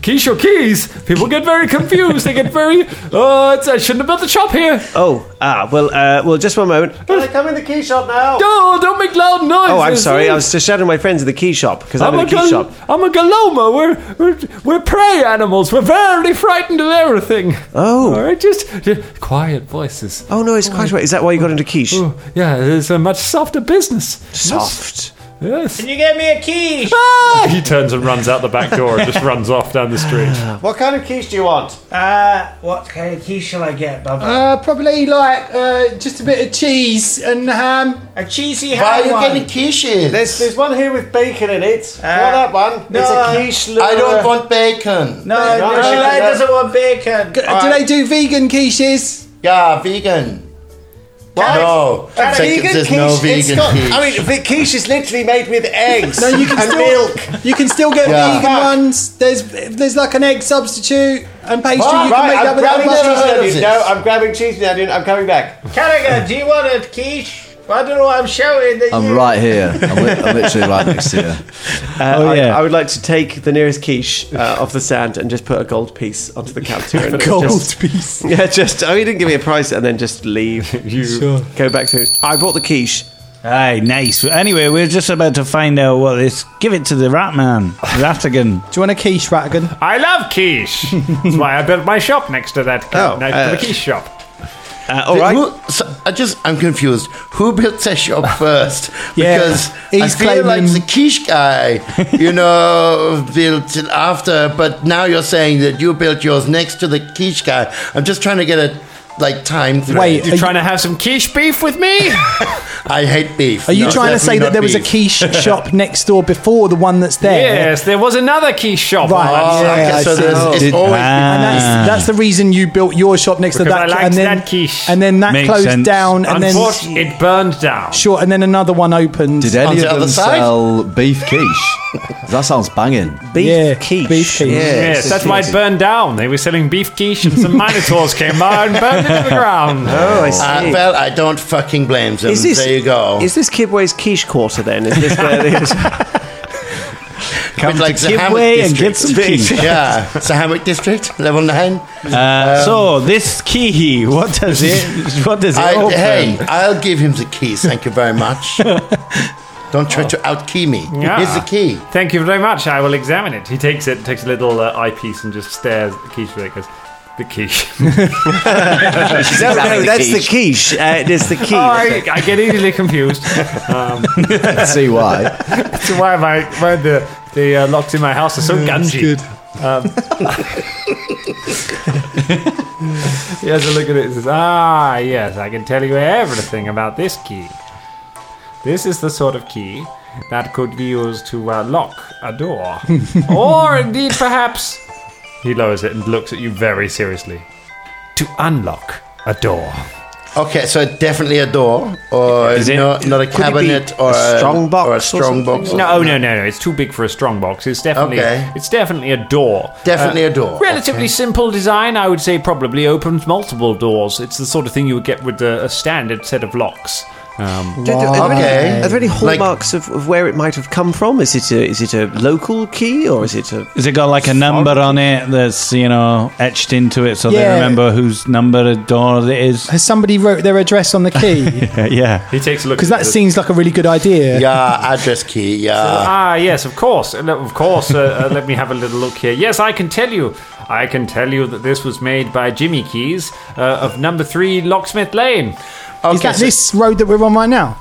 Keys your keys. People get very confused. they get very, [LAUGHS] oh, it's, I shouldn't have built the shop here.
Oh, ah, well, uh, well, just one moment.
Can I come in the key shop now?
Oh, don't make loud noise.
Oh, I'm sorry. I was just shouting my friends in the key shop because I'm,
I'm a,
in a key
gal-
shop.
I'm a galoma. We're, we're we're prey animals. We're very frightened of everything.
Oh.
all right, just, just quiet voices.
Oh no, it's quite right. Is that why you got into quiche?
Oh, yeah, it's a much softer business.
Soft.
Yes.
Can you get me a key?
Ah! He turns and runs out the back door and just runs off down the street.
What kind of keys do you want?
Uh, what kind of key shall I get, Bubba?
Uh, probably like uh, just a bit of cheese and ham.
A cheesy
Why are
ham
you
one.
getting quiches?
There's, there's one here with bacon in it.
Ah.
you want that one?
no,
it's
uh,
a quiche.
I don't
liver-
want bacon.
No,
No,
no,
she
no.
doesn't want bacon.
Ah.
do they do vegan quiches?
Yeah, vegan.
Can I-
No,
can I-
Second, there's no
it's
vegan
got-
quiche.
I mean, the quiche is literally made with eggs
No, you can
and
still
milk.
you can still get
Yeah.
vegan ones. There's there's like an egg substitute and pastry
Ah,
you can
right,
make
I've
that without
grabbed
much.
never heard of
onion.
this.
No, I'm grabbing cheese with onion. I'm coming back. Carragher, do you want a quiche? I don't know what I'm shouting. That
[LAUGHS] I'm
you...
right here. I'm, li- I'm literally right next to you.
Uh,
Oh,
I,
yeah.
I would like to take the nearest quiche uh, off the sand and just put a gold piece onto the counter. And
Gold
Just, [LAUGHS]
piece.
yeah, just. Oh, he didn't give me a price, and then just leave. you go back to. I bought the quiche.
Aye, nice. Anyway, we're just about to find out what this. Give it to the rat man, Ratigan.
Do you want a quiche, Ratigan?
I love quiche. That's why I built my shop next to that
Oh,
next
uh,
to the quiche shop.
Uh, all right.
Who, so, I just, I'm confused. Who built their
[LAUGHS]
shop first?
Yeah,
because
he's
I feel like
claiming-
the quiche guy,
[LAUGHS]
you know, built it after. But now you're saying that you built yours next to the quiche guy. I'm just trying to get a like time. thread.
Wait,
You
are
trying to have some quiche beef with me?
[LAUGHS] I hate beef.
Are you
No,
trying to say
definitely not
that there was a
beef.
quiche shop next door before the one that's there?
yes, there was another quiche shop.
Right.
Oh,
Yeah,
okay,
I
so
see.
there's, it's
Did-
always
And
Ah.
that's, that's the reason you built your shop next
Because
to that,
I liked
and then
that quiche.
and then that
Makes
closed
sense.
down, and then
Oh, Unfortunately, it burned down.
sure, and then another one opened.
Did any
On
of
the
them
other side?
sell beef quiche? That sounds banging.
Beef
yeah,
quiche.
beef quiche.
Yes, that's why it burned down. They were selling beef quiche, and some minotaurs came by and burned it to the ground.
Oh, I see.
Uh, well, I don't fucking blame them.
is this,
there you go.
Is this Kidway's quiche quarter then? Is this where it is?
Come
With, like
to
the
Kibwe
hammock
and
district.
get some keys.
yeah, it's the hammock district, level nine.
Uh, so this key, [LAUGHS] what does it? What does it?
I,
open?
hey, I'll give him the keys. Thank you very much. Don't try to outkey me. Here's the key.
Thank you very much. I will examine it. He takes it, takes a little uh, eyepiece, and just stares at the quiche with it. Goes, the quiche.
no, no, that's the quiche. Uh, that's the key.
Oh, [LAUGHS] I, I get easily confused. Um,
See why?
so why my why the the uh, locks in my house are so gungy. Um, [LAUGHS] he has a look at it and says, Ah, yes, I can tell you everything about this key. This is the sort of key that could be used to uh, lock a door. or indeed, perhaps. He lowers it and looks at you very seriously. To unlock a door.
Okay, so definitely a door, or
Is it-
not, not a
could it be
cabinet, or a
strong box
or a strong box. or-
No, oh, no, no, no. It's too big for a strong box. It's definitely,
Okay.
it's definitely a door.
Definitely a door,
Relatively
okay.
simple design, I would say. Probably opens multiple doors. It's the sort of thing you would get with a, a standard set of locks. Um,
Are there- are there any- Are there any
Like-
hallmarks of, of where it might have come from? Is it a, is it a local key or is it a?
Has it got like a number on it that's you know etched into it so
Yeah.
they remember whose number of door it is?
Has somebody wrote their address on the key?
yeah.
He takes a look
Because
at
that
the-
seems like a really good idea.
Yeah, address key. Yeah.
Ah, yes, of course. Uh, Of course. Uh, uh, let me have a little look here. Yes, I can tell you. I can tell you that this was made by Jimmy Keys uh, of number three Locksmith Lane.
Is that this road that we're on right now?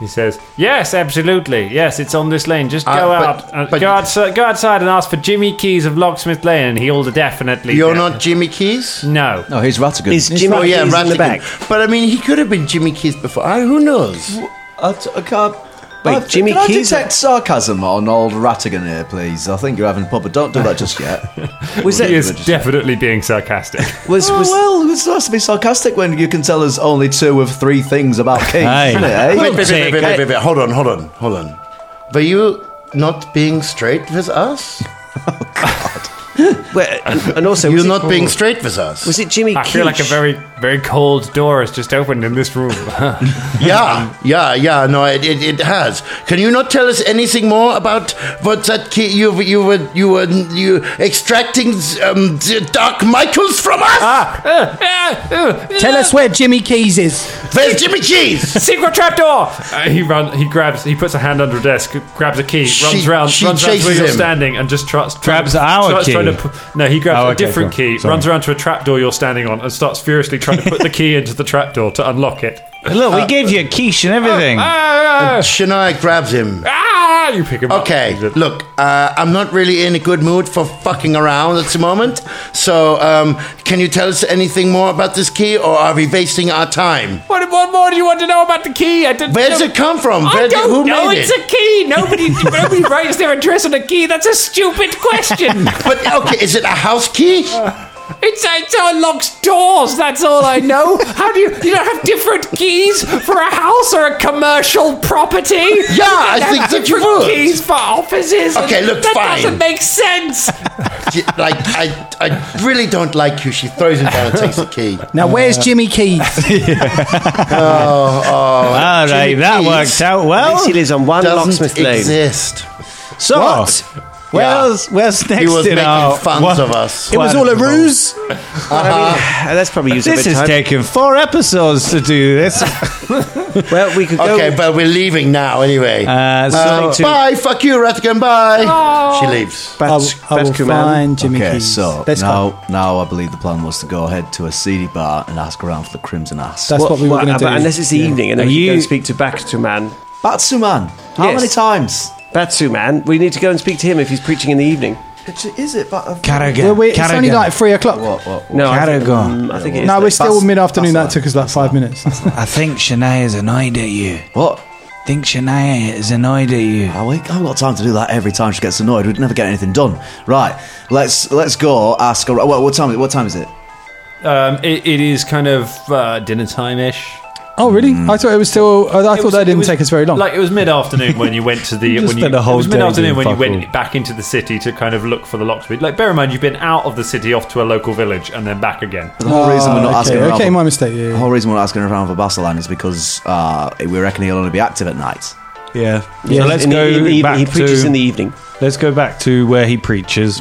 He says, "Yes, absolutely. Yes, it's on this lane. Just go
Uh, but-
out, uh, go, outside, go outside, and ask for Jimmy Keys of Locksmith Lane, and he'll definitely."
You're
get
not
it."
Jimmy Keys?
No.
No, he's Ruttigan.
Is Jimmy
oh, yeah,
Keys in the
Rattigan.
back?
But I mean, he could have been Jimmy Keys before. I, who knows?
I, t- I can't.
Wait,
I've-
Jimmy
can
Keys-
I detect sarcasm on old Rattigan here, please? I think you're having proper. Don't do that just yet.
Was
Don't
that-
do
He is
just yet.
definitely being sarcastic.
Was, was, well, it's nice to be sarcastic when you can tell us only two of three things about Keys,
Hey.
isn't it, eh?
Wait, wait, wait, wait, wait, wait, wait. Hold on, hold on, hold on. Were you not being straight with us?
Where, and, and also,
You're
was it-
not being straight with us.
Was it Jimmy?
I feel like a
Keesh?
very, very cold door has just opened in this
[LAUGHS]
room.
Uh, Yeah, yeah, yeah. No, it, it, it has. Can you not tell us anything more about what that key you you were you were you extracting um, the Dark Michaels from us?
Ah.
uh,
Tell us where Jimmy Keys is.
Where's
[LAUGHS]
Jimmy Cheese?
Secret trapdoor! Uh, he run. He grabs. He puts a hand under a desk, grabs a key,
She-
runs round,
she
runs round to where
chases
you're
him.
standing, and just tries,
Grabs our
starts
key.
Trying to pu- no, he grabs
Oh,
a
okay,
different
cool.
key,
Sorry.
runs around to a trapdoor you're standing on, and starts furiously trying to put the key into the trapdoor to unlock it.
Look, we gave you a quiche and everything.
Ah!
Shania grabs him.
Ah! You pick him up.
Okay, look, uh, I'm not really in a good mood for fucking around at the moment. So, um, can you tell us anything more about this key, or are we wasting our time?
What, what more do you want to know about the key? I didn't
Where's
know-
it come from?
I
Where did-
don't
who
know.
made
it's
it?
a key.
[LAUGHS]
Nobody, nobody writes their address on a key. That's a stupid question.
But okay, is it a house key?
It's, it's it unlocks doors. That's all I know. How do you? You don't have different keys for a house or a commercial property. Yeah,
I think that you would.
Keys for offices.
Okay,
And
look,
that
fine.
doesn't make sense.
She- like I, I really don't like you. She throws him down and takes the key.
Now, where's Jimmy Keys?
Ah,
All right,
Jimmy
that
Keys
worked out well.
He lives on one locksmith
Doesn't
lane.
exist.
So, where's where's next
He was
in
making
our
fun
what-
of us.
It was all a ruse.
Uh, that's probably used a
This
bit of
is
time.
taking four episodes to do this. Uh,
well, we could go.
Okay, but we're leaving now anyway.
Uh, so
Uh,
to-
bye, fuck you, Rattigan. Bye. She leaves.
I, will-
Bats,
I will
Batkuman.
find Jimmy
Okay,
Keys.
so
Let's
now,
go.
now I believe the plan was to go ahead to a seedy bar and ask around for the Crimson Ass.
That's what, we were
Well,
going
uh,
to do.
but Unless it's the evening, and then
Are
we can go
you-
and speak to Baktuman.
Batsuman, how
Yes.
many times?
Batsuman, we need to go and speak to him if he's preaching in the evening.
Is it? But
Carrigan.
Well, we- it's only
Carrigan.
like three o'clock.
what, what?
No, I think,
Carragher.
um, I think it is.
No,
though.
we're still
That's-
mid afternoon. That
that's
took us like five minutes. [LAUGHS]
I think Shania's annoyed at you.
What?
I think Shania is annoyed at you.
I we- I haven't got time to do that every time she gets annoyed. We'd never get anything done. Right, let's let's go ask her. What, what time is it? What time is it?
Um, it, it is kind of uh, dinner time ish.
Oh, really? I thought it was still. I thought that didn't take us very long.
Like it was mid afternoon when you went to the.
just
when you,
spent a whole
it was
day
mid afternoon
doing
when you
fuck
went
all.
back into the city to kind of look for the locksmith. Like bear in mind, you've been out of the city, off to a local village, and then back again.
The whole reason we're not
Ah, okay,
asking her.
okay,
around-
my mistake, yeah, yeah.
The whole reason we're not asking her around for Baseline is because uh, we reckon he'll only be active at night.
Yeah.
Yeah,
so let's
in the
go
eve-
back
he preaches
to,
in the evening.
Let's go back to where he preaches.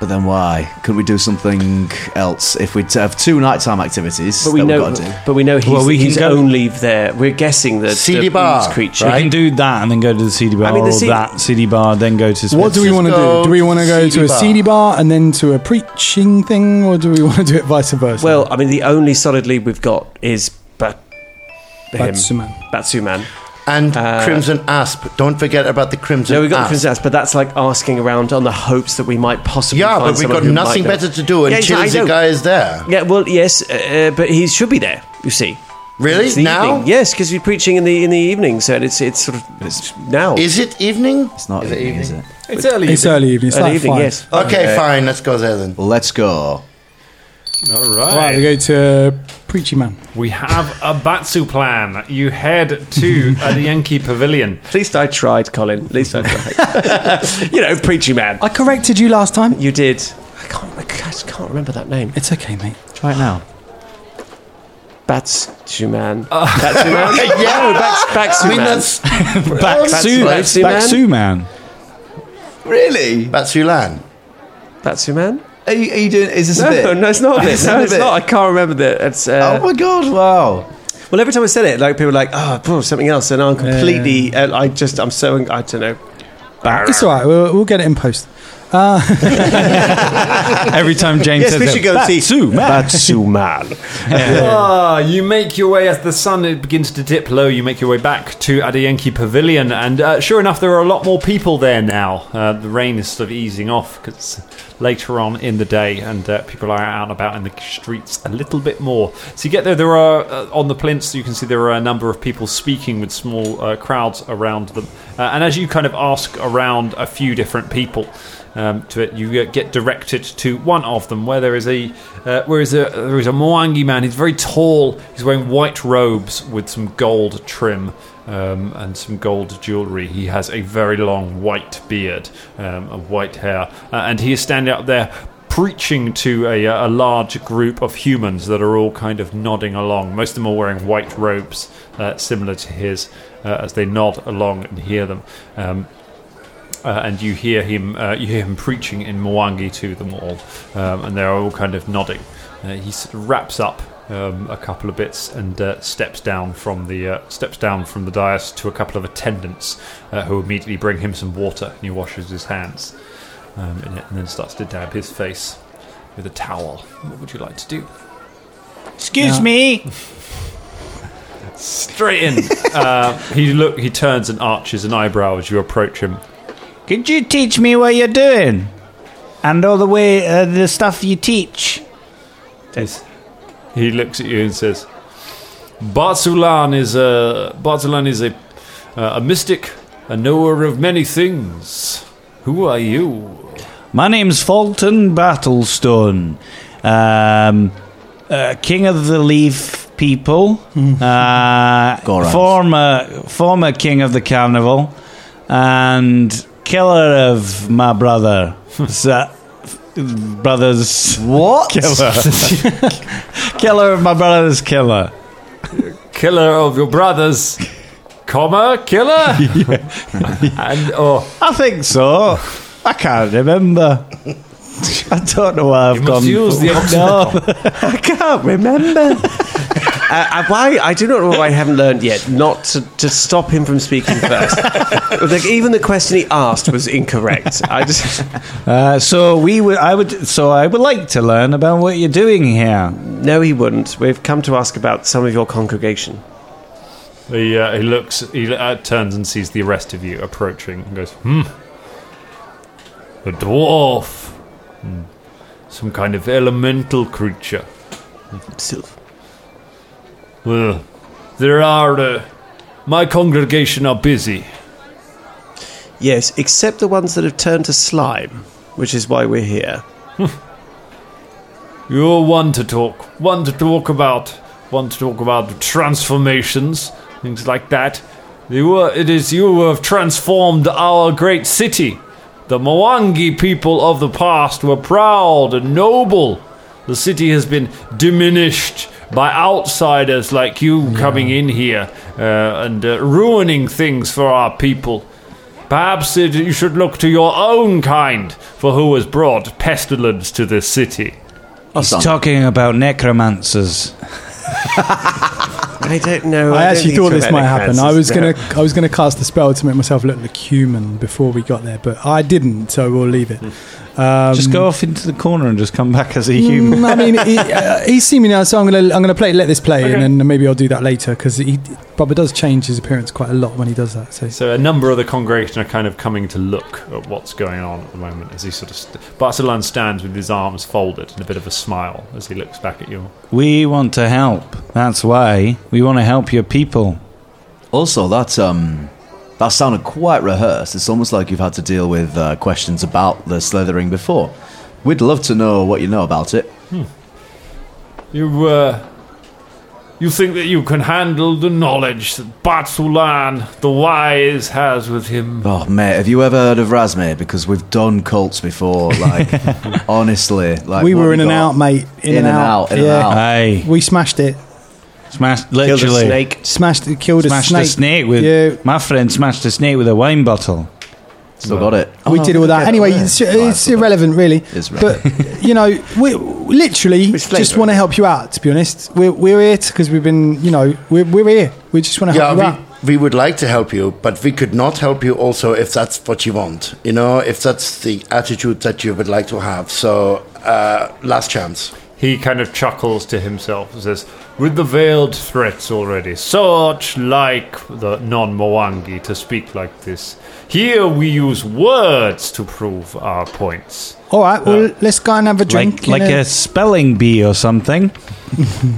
But then why? Could we do something else if we would have two nighttime activities
But we
that
know,
we've got to do?
but we know he's,
Well, we can
he's
go-
only there. We're guessing that
CD
the
bar,
ooze creature.
We can do that and then go to the CD bar
I mean, the
or
CD
that CD bar, then go to.
What do we
Spencer's.
want to do? Do we want to go
CD
to a
bar.
CD bar and then to a preaching thing, or do we [LAUGHS] want to do it vice versa?
Well, I mean, the only solid lead we've got is Bat- him.
Batsuman.
Batsuman.
And
Uh,
Crimson Asp. Don't forget about the Crimson
No, we got
Asp.
Crimson Asp, but that's like asking around on the hopes that we might possibly.
Yeah,
find
but we've
someone
got
who might
nothing
know.
better to do
Yeah,
and
exactly, I
Chills the
know.
guy is there.
Yeah, well, yes, uh, uh, but he should be there. You see.
Really?
It's the
Now?
Evening. Yes, because we're preaching in the in the evening, so it's it's sort of it's now.
Is it evening?
It's not evening, is it?
It's early.
It's early evening. It's
Early
like
evening,
five.
yes.
Okay, fine, let's go there then.
Let's go.
All right.
All right, we go to preachy man.
We have a Batsu plan. You head to uh, the Yankee Pavilion.
At least I tried, Colin. At least I tried. [LAUGHS] you know, preaching man.
I corrected you last time.
You did. I can't. I just can't remember that name.
It's okay, mate.
Try it now.
[LAUGHS]
[LAUGHS]
Batsuman. Batsuman. yeah, Bats, Batsuman.
I mean, that's
Batsu,
Batsu-
Batsu man.
Really?
Batsulan.
Batsuman.
Are you, are you doing? Is this a bit?
No, no, it's not.
Is
This.
this
No,
a
it's
bit?
not. I can't remember that. It's. Uh,
oh my god! Wow.
Well, every time I said it, like people were like, "Oh, bro, something else," and I'm completely. Uh, I just, I'm so. I don't know.
It's all right. We'll, we'll get it in post.
Every time James
Yes,
says
we
it,
should go see-
Batsu man.
Batsuman.
Ah, you make your way as the sun it begins to dip low. You make your way back to Adayenki Pavilion, and uh, sure enough, there are a lot more people there now. Uh, the rain is sort of easing off because later on in the day, and uh, people are out and about in the streets a little bit more. So you get there. There are uh, on the plinths. You can see there are a number of people speaking with small uh, crowds around them, uh, and as you kind of ask around a few different people um, to it. You uh, get directed to one of them, where there is a uh, where is a there is a Mwangi man. He's very tall. He's wearing white robes with some gold trim. Um, and some gold jewelry. He has a very long white beard um, and white hair, uh, and he is standing up there preaching to a, uh, a large group of humans that are all kind of nodding along. Most of them are wearing white robes, uh, similar to his, uh, as they nod along and hear them. Um, uh, and you hear him uh, you hear him preaching in Mwangi to them all, um, and they're all kind of nodding. Uh, he sort of wraps up um, a couple of bits and uh, steps down from the uh, steps down from the dais to a couple of attendants uh, who immediately bring him some water, and he washes his hands um, in it, and then starts to dab his face with a towel. What would you like to do?
Excuse me.
Straight in. uh, he look. He turns and arches an eyebrow as you approach him.
Could you teach me what you're doing? And all the way, uh, the stuff you teach.
Yes. He looks at you and says, "Barzulan is a Barzulan is a uh, a mystic, a knower of many things. Who are you?
My name's Fulton Battlestone, um, uh, King of the Leaf
[LAUGHS]
people, uh,
Gorons.
former former King of the Carnival, and killer of my
[LAUGHS]
brother, Sa- brother's
[LAUGHS]
What?
[LAUGHS] killer, killer of my brother's killer.
Killer of your brothers, comma [LAUGHS] killer, and oh,
I
[LAUGHS]
think so. I can't remember. I don't know why I've
must
gone.
use the
no,
[LAUGHS] I can't remember. uh, [LAUGHS] uh, why? I do not know why I haven't learned yet not to, to stop him from speaking [LAUGHS] first. It was like even the question he asked was incorrect. I just [LAUGHS]
Uh, so we would, I would, so I would like to learn about what you're doing here.
no, he wouldn't. We've come to ask about some of your congregation.
he uh, he looks he uh, turns and sees the rest of you approaching and goes, hmm, a dwarf, Hmm. some kind of elemental creature." Well, there are. Uh, my congregation are busy.
Yes, except the ones that have turned to slime, which is why we're here.
You're one to talk, one to talk about, one to talk about transformations, things like that. You were, it is you who have transformed our great city. The Mwangi people of the past were proud and noble. The city has been diminished by outsiders like you coming in here uh, and uh, ruining things for our people. Perhaps it, you should look to your own kind for who has brought pestilence to this city.
He's talking about necromancers.
I don't know.
I
don't
actually
think
thought
it's
this
about
might happen. I
necromancers,
was
no.
gonna, I was gonna cast the spell to make myself look like human before we got there, but I didn't, so we'll leave it. Um,
just go off into the corner and just come back as a human.
Mm, I mean, he, uh, he's seeming now, so I'm gonna I'm gonna play. Let this play, and then maybe I'll do that later because Bubba does change his appearance quite a lot when he does that. So
So a number of the congregation are kind of coming to look at what's going on at the moment as he sort of... St- Barcelona stands with his arms folded and a bit of a smile as he looks back at you.
We want to help. That's why we want to help your people.
Also, that um, that sounded quite rehearsed. It's almost like you've had to deal with uh, questions about the slithering before. We'd love to know what you know about it.
You, uh, you think that you can handle the knowledge that Batsulan, the wise, has with him?
Oh, mate, have you ever heard of Razme? Because we've done cults before.
[LAUGHS]
Like, honestly, like
we
what
were in and
got-
out, mate. In, and, out. Uh,
in and out.
Hey,
we smashed it.
smashed literally.
Smashed. it, Killed
Smashed
a
a
snake.
snake with
Yeah.
my friend. Smashed a snake with a wine bottle.
Still got it.
we did all that. Anyway, it's, it's irrelevant, really.
It's
But [LAUGHS] you know, we literally just want to help you out. To be honest, we're we're here because we've been, you know, we're we're here. We just want to help you
Yeah,
out.
we, we would like to help you, but we could not help you also if that's what you want. You know, if that's the attitude that you would like to have. So, uh, last chance.
He kind of chuckles to himself and says, With the veiled threats already, such like the non Mwangi to speak like this. Here we use words to prove our points.
All right, well, let's go and have a drink.
Like, like
you know.
a spelling bee or something.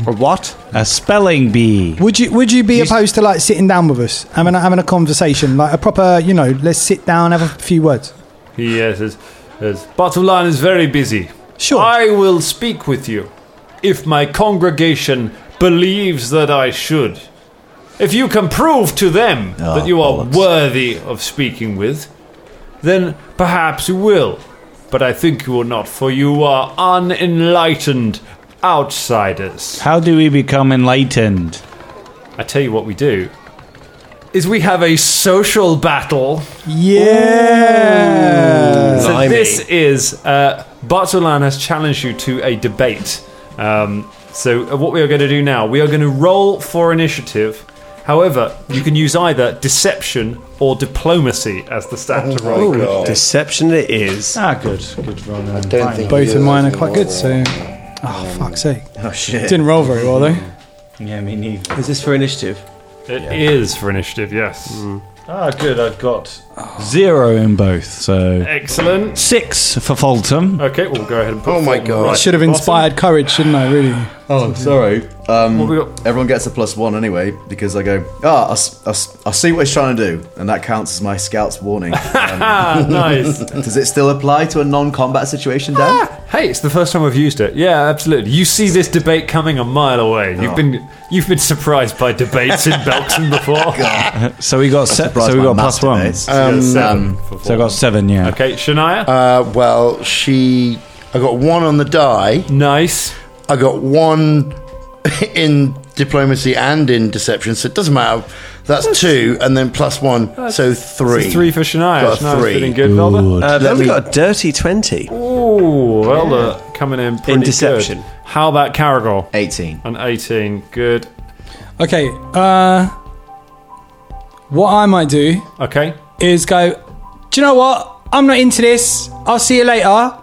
or what? [LAUGHS] A spelling bee.
Would you would you be opposed to like sitting down with us, having a, having a conversation, like a proper, you know, let's sit down, have a few words.
He uh, says, says, Batulan is very busy.
Sure.
I will speak with you if my congregation believes that I should. If you can prove to them that you are worthy of speaking with, then perhaps you will. But I think you will not, for you are unenlightened outsiders.
How do we become enlightened?
I tell you what we do is we have a social battle.
Yeah.
So this is uh, Bartolan has challenged you to a debate. Um, so uh, what we are going to do now, we are going to roll for initiative. However, you can use either deception or diplomacy as the stat to
Oh.
Oh
roll.
Deception it is.
Ah, good. Good run. I
don't think
Both of mine are quite good, so. Oh, fuck's sake.
Oh shit.
Didn't roll very well, though.
Yeah, me neither.
Is this for initiative?
It is for initiative, yes.
Mm.
Ah, good. I've got zero in both, so
Excellent.
six for Fulton.
Okay, we'll go ahead and put.
Oh my
Fulton
God.
right
Should have
at the
inspired courage, shouldn't I, really?
Oh, sorry.
bottom.
Um,
What we got?
everyone gets a plus one anyway because I go, ah, I s- I, s- I see what he's trying to do, and that counts as my scout's
[LAUGHS]
warning. Um,
Ah, [LAUGHS] nice.
does it still apply to a non-combat situation, Dan?
Hey, it's the first time I've used it.
Yeah, absolutely. You see this debate coming a mile away.
Oh.
You've been you've been surprised by debates in Belton
[LAUGHS]
before.
So we got se- so we got plus one.
Um,
Yeah, seven for
So I got
Fulton.
seven. Yeah.
Okay, Shania.
Uh, well, she. I got one on the die.
nice.
I got one [LAUGHS] in diplomacy and in deception, so it doesn't matter. That's two, and then plus one, so Oh, three.
So three for Shania.
Got a
Shania's
three.
feeling good, Velda.
Uh,
Let
Velda
me-
got a dirty twenty.
Ooh, Velda coming in pretty
In deception.
good. How about Caragol?
18.
An 18. Good.
Okay, uh. What I might do
Okay.
is go, do you know what? I'm not into this. I'll see you later.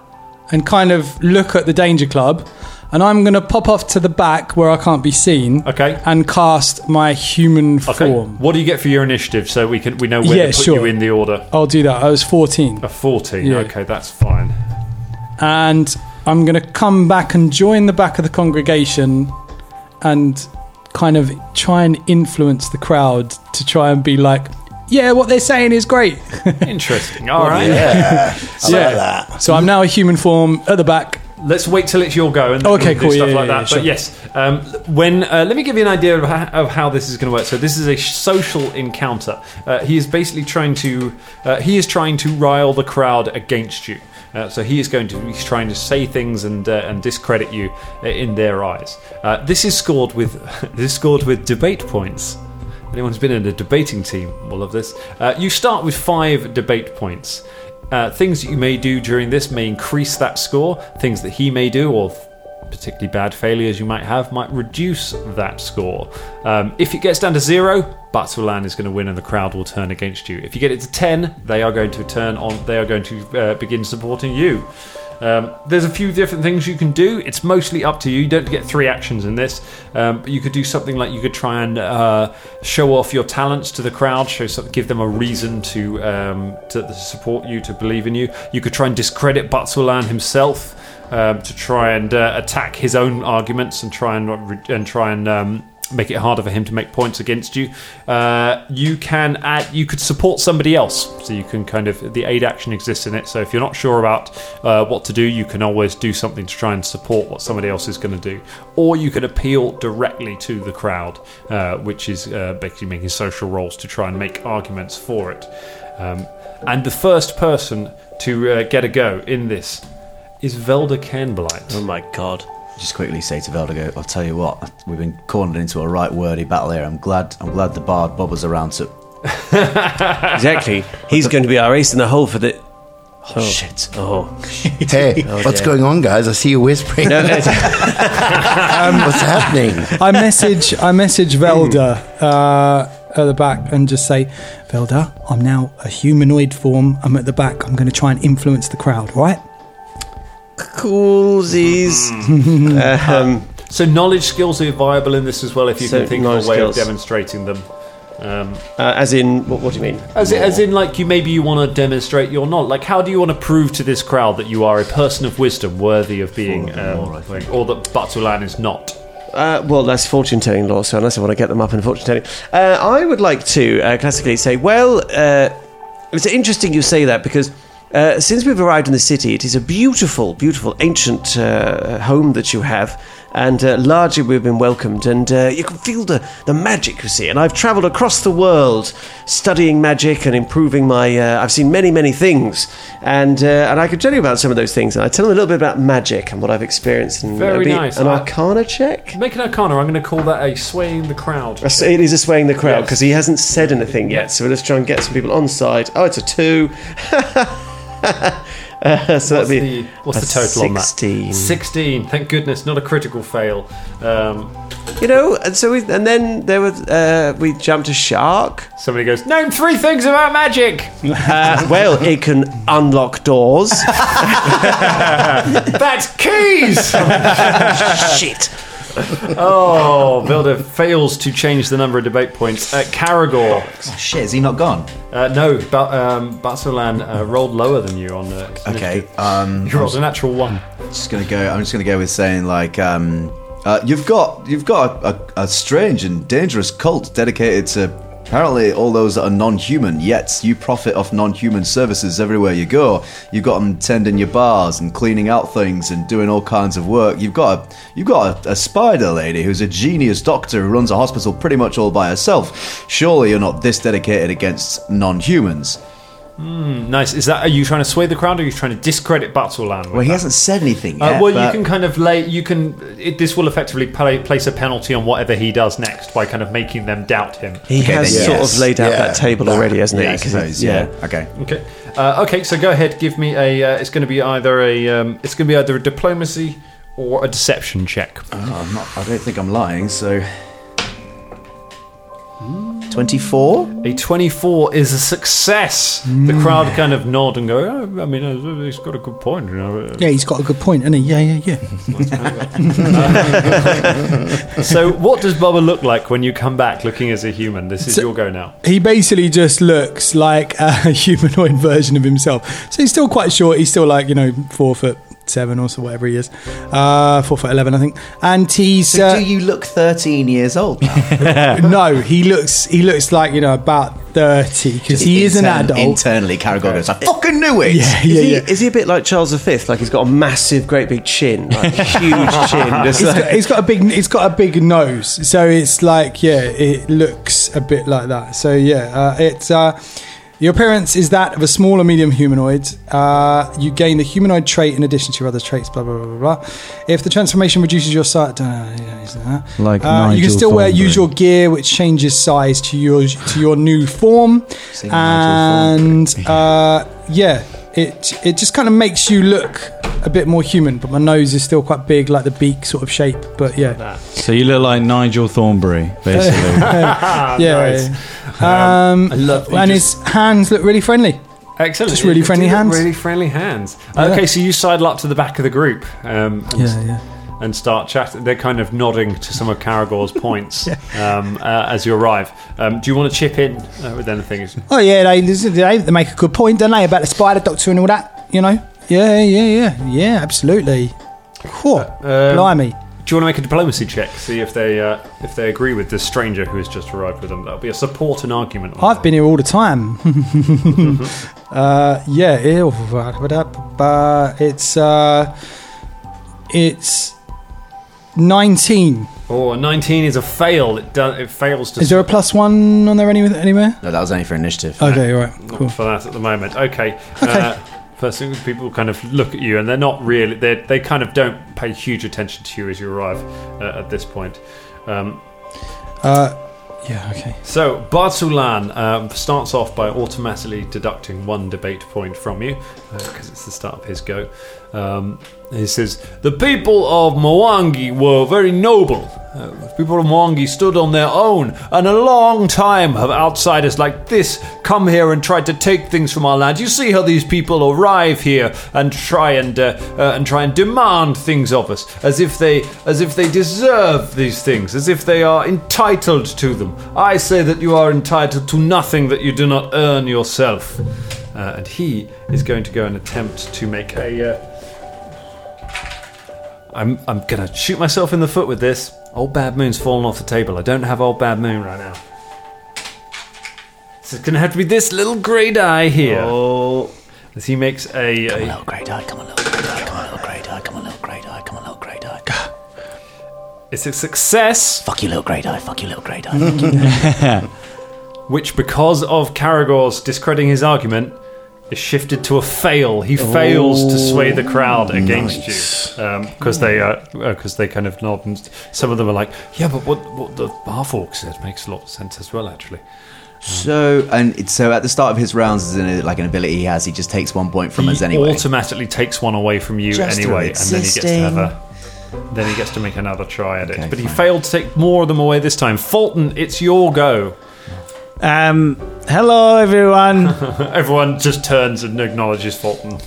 And kind of look at the Danger Club. And I'm going to pop off to the back where I can't be seen.
Okay.
And cast my human
Okay.
form.
What do you get for your initiative so we can we know where
Yeah,
to put
sure.
you in the order?
I'll do that. I was 14.
A 14.
Yeah.
Okay, that's fine.
and I'm going to come back and join the back of the congregation and kind of try and influence the crowd to try and be like, yeah, what they're saying is great.
Interesting. All right.
[LAUGHS] So I'm now a human form at the back.
Let's wait till it's your go and then
Okay,
we'll do
cool,
stuff
yeah,
like
yeah,
that.
yeah,
But yes, um, when uh, let me give you an idea of how, of how this is going to work. So this is a social encounter. Uh, he is basically trying to uh, he is trying to rile the crowd against you. Uh, so he is going to he's trying to say things and uh, and discredit you uh, in their eyes. Uh, this is scored with [LAUGHS] this is scored with debate points. Anyone's been in a debating team will love this. Uh, you start with five debate points. Uh, things that you may do during this may increase that score. Things that he may do or particularly bad failures you might have might reduce that score. Um, if it gets down to zero, Batsulan is going to win and the crowd will turn against you. If you get it to ten, they are going to turn on. They are going to uh, begin supporting you. Um, there's a few different things you can do. It's mostly up to you. You don't get three actions in this, um, but you could do something like you could try and uh, show off your talents to the crowd, show some, give them a reason to, um, to to support you, to believe in you. You could try and discredit Batsulan himself um, to try and uh, attack his own arguments and try and and try and um, make it harder for him to make points against you. Uh, you can add, you could support somebody else, so you can kind of the aid action exists in it. So if you're not sure about uh, what to do, you can always do something to try and support what somebody else is going to do, or you could appeal directly to the crowd, uh, which is uh, basically making social roles to try and make arguments for it. Um, and the first person to uh, get a go in this is Velda Canblight. Oh
Um,
my god. Just quickly say to Veldigo, I'll tell you what, we've been cornered into a right wordy battle here. I'm glad I'm glad the bard Bob was around to oh,
[LAUGHS] Exactly. He's going to be our ace in the hole for the. Oh,
shit.
Oh.
Hey,
Oh,
what's
dear.
going on, guys? I see you whispering.
No, no,
[LAUGHS]
it's- [LAUGHS]
what's happening?
[LAUGHS]
I message I message Velda uh, at the back and just say, Velda, I'm now a humanoid form. I'm at the back. I'm going to try and influence the crowd, right?
Coolsies. um,
so knowledge skills are viable in this as well if you
So
can think of
knowledge
a way
skills.
of demonstrating them. Um,
uh, as in, what, what do you mean?
as, in, as in, like you maybe you want to demonstrate you're not. Like, how do you want to prove to this crowd that you are a person of wisdom, worthy of being, um, like, or that Batsulan is not?
Uh, well, that's fortune telling law, so unless I want to get them up in fortune telling. Uh, I would like to uh, classically say, well, uh, it's interesting you say that because. Uh, since we've arrived in the city, it is a beautiful, beautiful ancient uh, home that you have, and uh, largely we've been welcomed, and uh, you can feel the, the magic you see. And I've travelled across the world studying magic and improving my. Uh, I've seen many, many things, and uh, and I could tell you about some of those things. And I tell them a little bit about magic and what I've experienced. And
Very
it'll be
nice.
An
I-
Arcana check.
Make an arcana. I'm going to call that a swaying the crowd.
Uh, so It is a swaying the crowd because he hasn't said anything yet. So let's try and get some people on side. Oh, it's a two. [LAUGHS] uh, so that'd
what's
be
the, what's
a
the total on that?
16.
16. Thank goodness, not a critical fail. Um,
You know, and so we, and then there was uh, we jumped a shark.
somebody goes, name three things about
[LAUGHS]
magic.
Uh, well, it can unlock doors.
That's keys.
[LAUGHS] Oh. Shit.
Oh, Vilda fails to change the number of debate points. Uh, Caragor.
Shit, is he not gone?
Uh, no, but um, Batsulan uh, rolled lower than you on uh, the.
Okay. Um,
You rolled a natural one.
just gonna go. I'm just gonna go with saying like, um, uh, you've got you've got a, a, a strange and dangerous cult dedicated to apparently all those that are non-human. Yet you profit off non-human services everywhere you go. You've got them tending your bars and cleaning out things and doing all kinds of work. You've got a, you've got a, a spider lady who's a genius doctor who runs a hospital pretty much all by herself. Surely you're not this dedicated against non-humans.
Hmm, nice. Is that? Are you trying to sway the crowd, or are you trying to discredit Batsulan?
Well, he hasn't said anything
Uh,
yet.
well, you
but-
can kind of lay. You can. It, this will effectively play, place a penalty on whatever he does next by kind of making them doubt him.
He has
then
sort
yes.
of laid out
Yeah.
that table already, hasn't
Yeah, I
he? 'Cause
suppose,
he-
yeah. Okay.
Okay. Uh, okay. So go ahead. Give me a. Uh, it's going to be either a. Um, it's going to be either a diplomacy or a deception check.
Oh, I'm not, I don't think I'm lying, so. 24?
A 24 is a success.
Mm.
The crowd kind of nod and go, oh, I mean, uh, he's got a good point. You know.
Yeah, he's got a good point, isn't he? Yeah, yeah,
Mm-hmm.
yeah.
so, what does Bubba look like when you come back looking as a human? This is your go now.
He basically just looks like a [LAUGHS] humanoid version of himself. So he's still quite short. He's still like you know four foot seven or so, whatever he is. Uh, four foot eleven, I think. And he's.
So
uh,
do you look 13 years old now?
no, he looks he looks like you know about thirty because he is an
Intern-
adult.
Internally, Caragor goes, I fucking knew it!
Yeah,
Is,
yeah,
he,
yeah.
is he a bit like Charles V? Like he's got a massive, great big chin, like huge chin. [LAUGHS] just
It's
like-
got, it's got a big it's got a big nose so it's like yeah it looks a bit like that so yeah uh, it's uh Your appearance is that of a small or medium humanoid. Uh, you gain the humanoid trait in addition to your other traits, blah, blah, blah, blah, blah. If the transformation reduces your uh, size.
Like
Uh, you can
Nigel
still wear
Thornberry.
use your gear, which changes size to your to your new form, and uh, yeah, it it just kind of makes you look a bit more human. But my nose is still quite big, like the beak sort of shape. But yeah,
So you look like Nigel Thornberry, basically.
[LAUGHS]
yeah,
Nice.
yeah. Um, and his hands look really friendly.
Excellent.
Just really
You
friendly
do look
hands.
Really friendly hands.
Yeah.
Okay, so you sidle up to the back of the group. Um, and,
Yeah, yeah.
And start chatting. They're kind of nodding to some of
[LAUGHS]
Caragor's points um, uh, as you arrive. Um, do you want to chip in uh, with anything?
Oh yeah, they, they they make a good point, don't they, about the spider doctor and all that? You know? Yeah, yeah, yeah, yeah, absolutely. Cool.
Um,
Blimey.
Do you want to make a diplomacy check? See if they uh, if they agree with this stranger who has just arrived with them. That'll be a support and argument.
I've been here all the time. uh, yeah, ew, uh, it's uh, it's nineteen.
Oh, a 19 is a fail. It do- it fails to.
Is there a plus one on there any, anywhere?
No, that was only for initiative.
Okay, all right, cool.
For that at the moment. Okay. Uh, first thing, people kind of look at you, and they're not really. They they kind of don't pay huge attention to you as you arrive uh, at this point. Um,
Uh, yeah, okay.
so Bartulan um, starts off by automatically deducting one debate point from you because it's the start of his go. Um, he says,
The people of Mwangi were very noble. Uh, the people of Mwangi stood on their own, and a long time have outsiders like this come here and tried to take things from our land. You see how these people arrive here and try and uh, uh, and try and demand things of us, as if they as if they deserve these things, as if they are entitled to them. I say that you are entitled to nothing that you do not earn yourself.
uh, and he is going to go and attempt to make a. Uh, I'm I'm gonna shoot myself in the foot with this. Old Bad Moon's fallen off the table. I don't have Old Bad Moon right now. So it's gonna have to be this little grey die here. Oh. As he makes a, come a little grey die, Oh, come on, little grey die, come on, little grey die, come on, little grey die, come on, little grey die. It's a success. Fuck you, little grey die. Fuck you, little grey die. Which, because of Caragor's discrediting his argument, is shifted to a fail. He fails to sway the crowd against you because they because they kind of nod. And some of them are like, "Yeah, but what what the half orc said makes a lot of sense as well, actually."
So and it's- so at the start of his rounds, is an, like an ability he has. He just takes one point from us
he
anyway.
automatically takes one away from you
Just through
anyway, and then he gets to have a then he gets to make another try at it. but he failed to take more of them away this time. Fulton, it's your go. [LAUGHS]
Um, hello everyone.
Everyone just turns and acknowledges Fulton.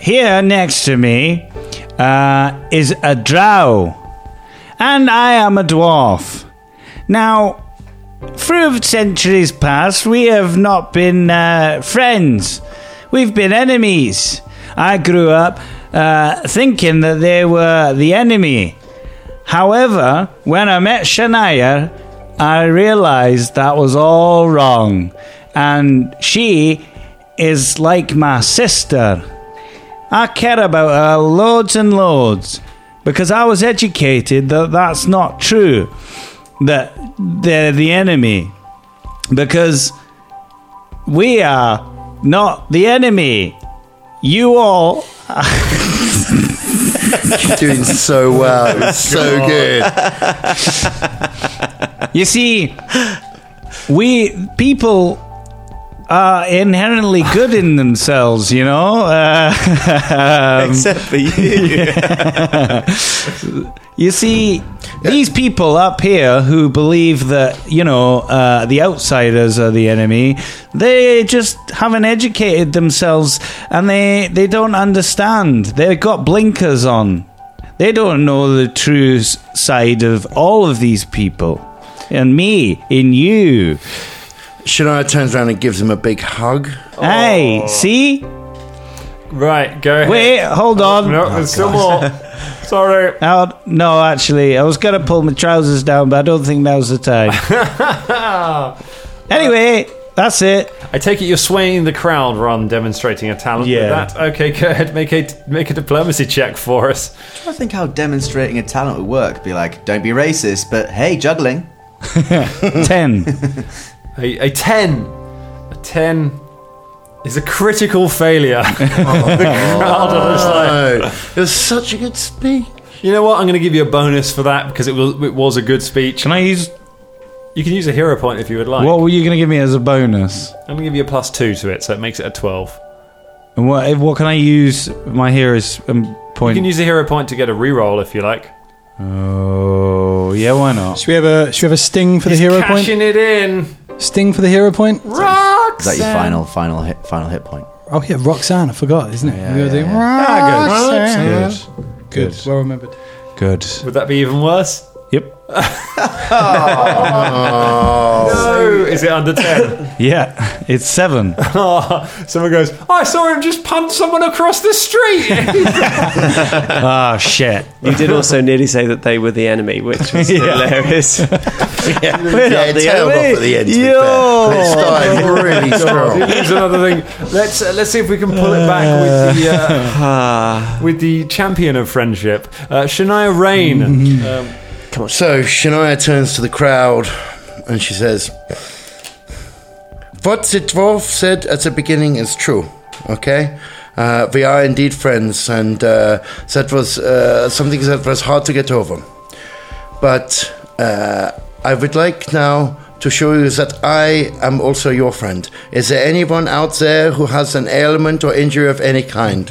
Here next to me uh, is a drow, and I am a dwarf. Now, through centuries past, we have not been uh, friends, we've been enemies. I grew up uh, thinking that they were the enemy. However, when I met Shania, I realized that was all wrong, and she is like my sister. I care about her loads and loads because I was educated that that's not true, that they're the enemy. Because we are not the enemy. You all.
She's doing so well. It's so
God.
good.
You see, [GASPS] we people are inherently good in themselves, you know. [LAUGHS] Uh,
Except for
you. [LAUGHS] you see, these people up here who believe that you know uh, the outsiders are the enemy, they just haven't educated themselves, and they they don't understand. They've got blinkers on. They don't know the true s- side of all of these people, and me in you.
Shania turns around and gives him a big hug.
Oh.
Hey, see?
Right, go ahead.
Wait, hold on. Oh,
no, there's
Oh,
still more.
[LAUGHS]
Sorry.
no, actually, I was going to pull my trousers down, but I don't think now's
[LAUGHS]
the time. anyway, that's it.
I take it you're swaying the crowd rather than demonstrating a talent
Yeah.
with that. Okay, go ahead, make a make a diplomacy check for us.
I think how demonstrating a talent would work. Be like, don't be racist,
[LAUGHS]
but hey, juggling.
ten.
A, a ten. A Ten is a critical failure. [LAUGHS] the crowd are
Oh.
just like,
Oh, it was such a good speech.
You know what? I'm going to give you a bonus for that because it was it was a good speech. Can
I use?
You can use a hero point if you would like.
What were you going to give me as a bonus?
I'm going to give you a plus two to it, so it makes it a twelve.
And what what can I use my hero's um,
You
point?
can use a hero point to get a reroll if you like.
oh yeah, why not?
Should we have a should we have a sting for the hero
cashing
point?
it in.
Sting for the hero point.
Roxanne.
Is that your final, final hit, final hit point?
Oh yeah, Roxanne. I forgot, isn't it? we gotta do
Ah,
Roxanne. Good. Well remembered.
Good.
Would that be even worse?
Yep.
No, is it under ten?
Yeah, it's
[LAUGHS]
seven.
oh, [LAUGHS] someone goes. I saw him just punch someone across the [LAUGHS] street.
Ah, shit.
You did also nearly say that they were the enemy, [LAUGHS] which was hilarious.
[LAUGHS]
Yeah,
We're not
it
the
tailed
enemy.
off at the end. To be
Yo.
fair. It started
[LAUGHS]
really strong.
Here's another thing. Let's uh, let's see if we can pull it back with the [LAUGHS] uh, with the champion of friendship, uh, Shania Rain. Um,
So Shania turns to the crowd and she says, What the dwarf said at the beginning is true, okay? Uh, we are indeed friends, and uh, that was uh, something that was hard to get over. But uh, I would like now to show you that I am also your friend. Is there anyone out there who has an ailment or injury of any kind?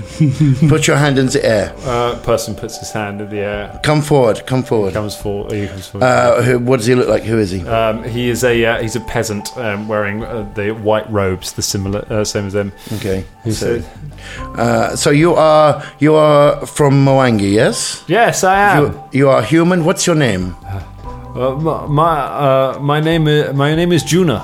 Put your hand in the air.
uh, person puts his hand in the air.
Come forward, come forward.
Comes forward. He comes forward.
Uh, who, what does he look like? Who is he?
Um, he is a uh, he's a peasant um, wearing uh, the white robes, the similar uh, same as them.
Okay.
He
So,
said,
uh, so you are you are from Mwangi, yes?
"Yes, I am.
You, you are human. What's your name?
Uh, my my, uh, my name is, my name is Juna.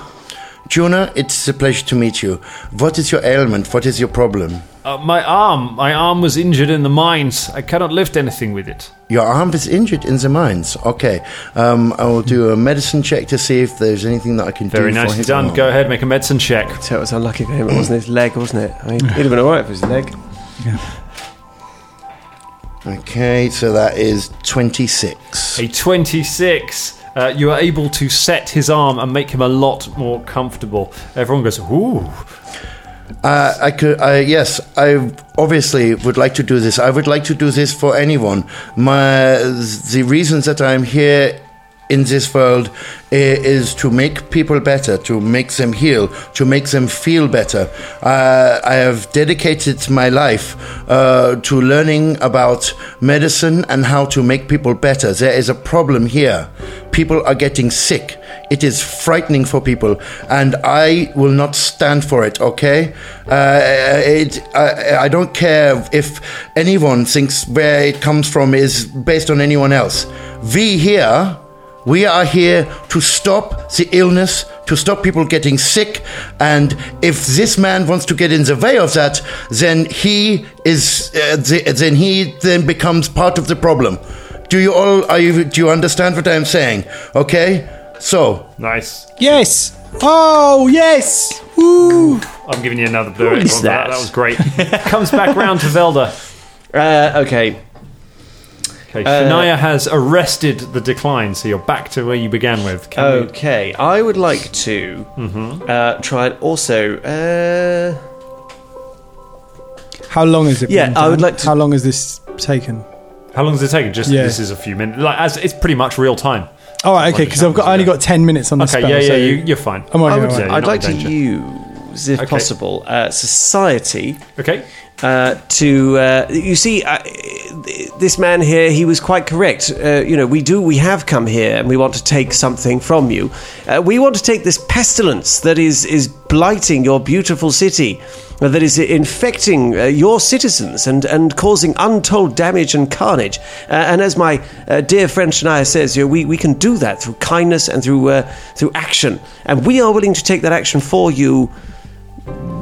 Juna, it's a pleasure to meet you. What is your ailment? What is your problem?
Uh, my arm my arm was injured in the mines. I cannot lift anything with it.
Your arm is injured in the mines. Okay, um, I will do a medicine check to see if there's anything that I can
Very
do. for
nicely
his
done.
arm.
Go ahead, make a medicine check.
So it was unlucky for him. It wasn't his leg, wasn't it? I mean, he'd have been alright if it was his leg.
Okay, so that is twenty-six.
A twenty-six. Uh, you are able to set his arm and make him a lot more comfortable. Everyone goes, "Ooh."
Uh, I could, I, yes, I obviously would like to do this. I would like to do this for anyone. My the reason that I'm here in this world i- is to make people better, to make them heal, to make them feel better. Uh, I have dedicated my life uh, to learning about medicine and how to make people better. There is a problem here. People are getting sick. It is frightening for people, and I will not stand for it. Okay, uh, it, I, I don't care if anyone thinks where it comes from is based on anyone else. We here, we are here to stop the illness, to stop people getting sick, and if this man wants to get in the way of that, then he is, uh, the, then he then becomes part of the problem. Do you all are you, do you understand what I'm saying? Okay, so
Nice.
Yes. Oh yes. Woo.
I'm giving you another blue.
is
Everyone, That?
that?
that was
[LAUGHS]
great. Comes back round to Velda.
Uh, okay.
Okay,
Uh,
Shania has arrested the decline, so you're back to where you began with. Can
Oh.
we-
Okay. I would like to uh, try and also. Uh,
How long is it?
Yeah,
been
I would
done?
like to-
How long has this taken?
How long does it take? Just
Yeah.
this is a few minutes. Like as it's pretty much real time.
All right. Okay. Because I've got I only got ten minutes on the
Okay,
spell.
yeah, yeah,
so
you, you're fine.
I'm okay.
I
all
would,
right.
you're
I'd
not
like to
in danger.
use, if
Okay.
possible, uh, society
Okay,
uh, to uh, you see uh, this man here he was quite correct uh, you know we do we have come here and we want to take something from you uh, we want to take this pestilence that is is blighting your beautiful city uh, that is infecting uh, your citizens and, and causing untold damage and carnage. Uh, and as my uh, dear friend Shania says, you know, we, we can do that through kindness and through uh, through action. And we are willing to take that action for you.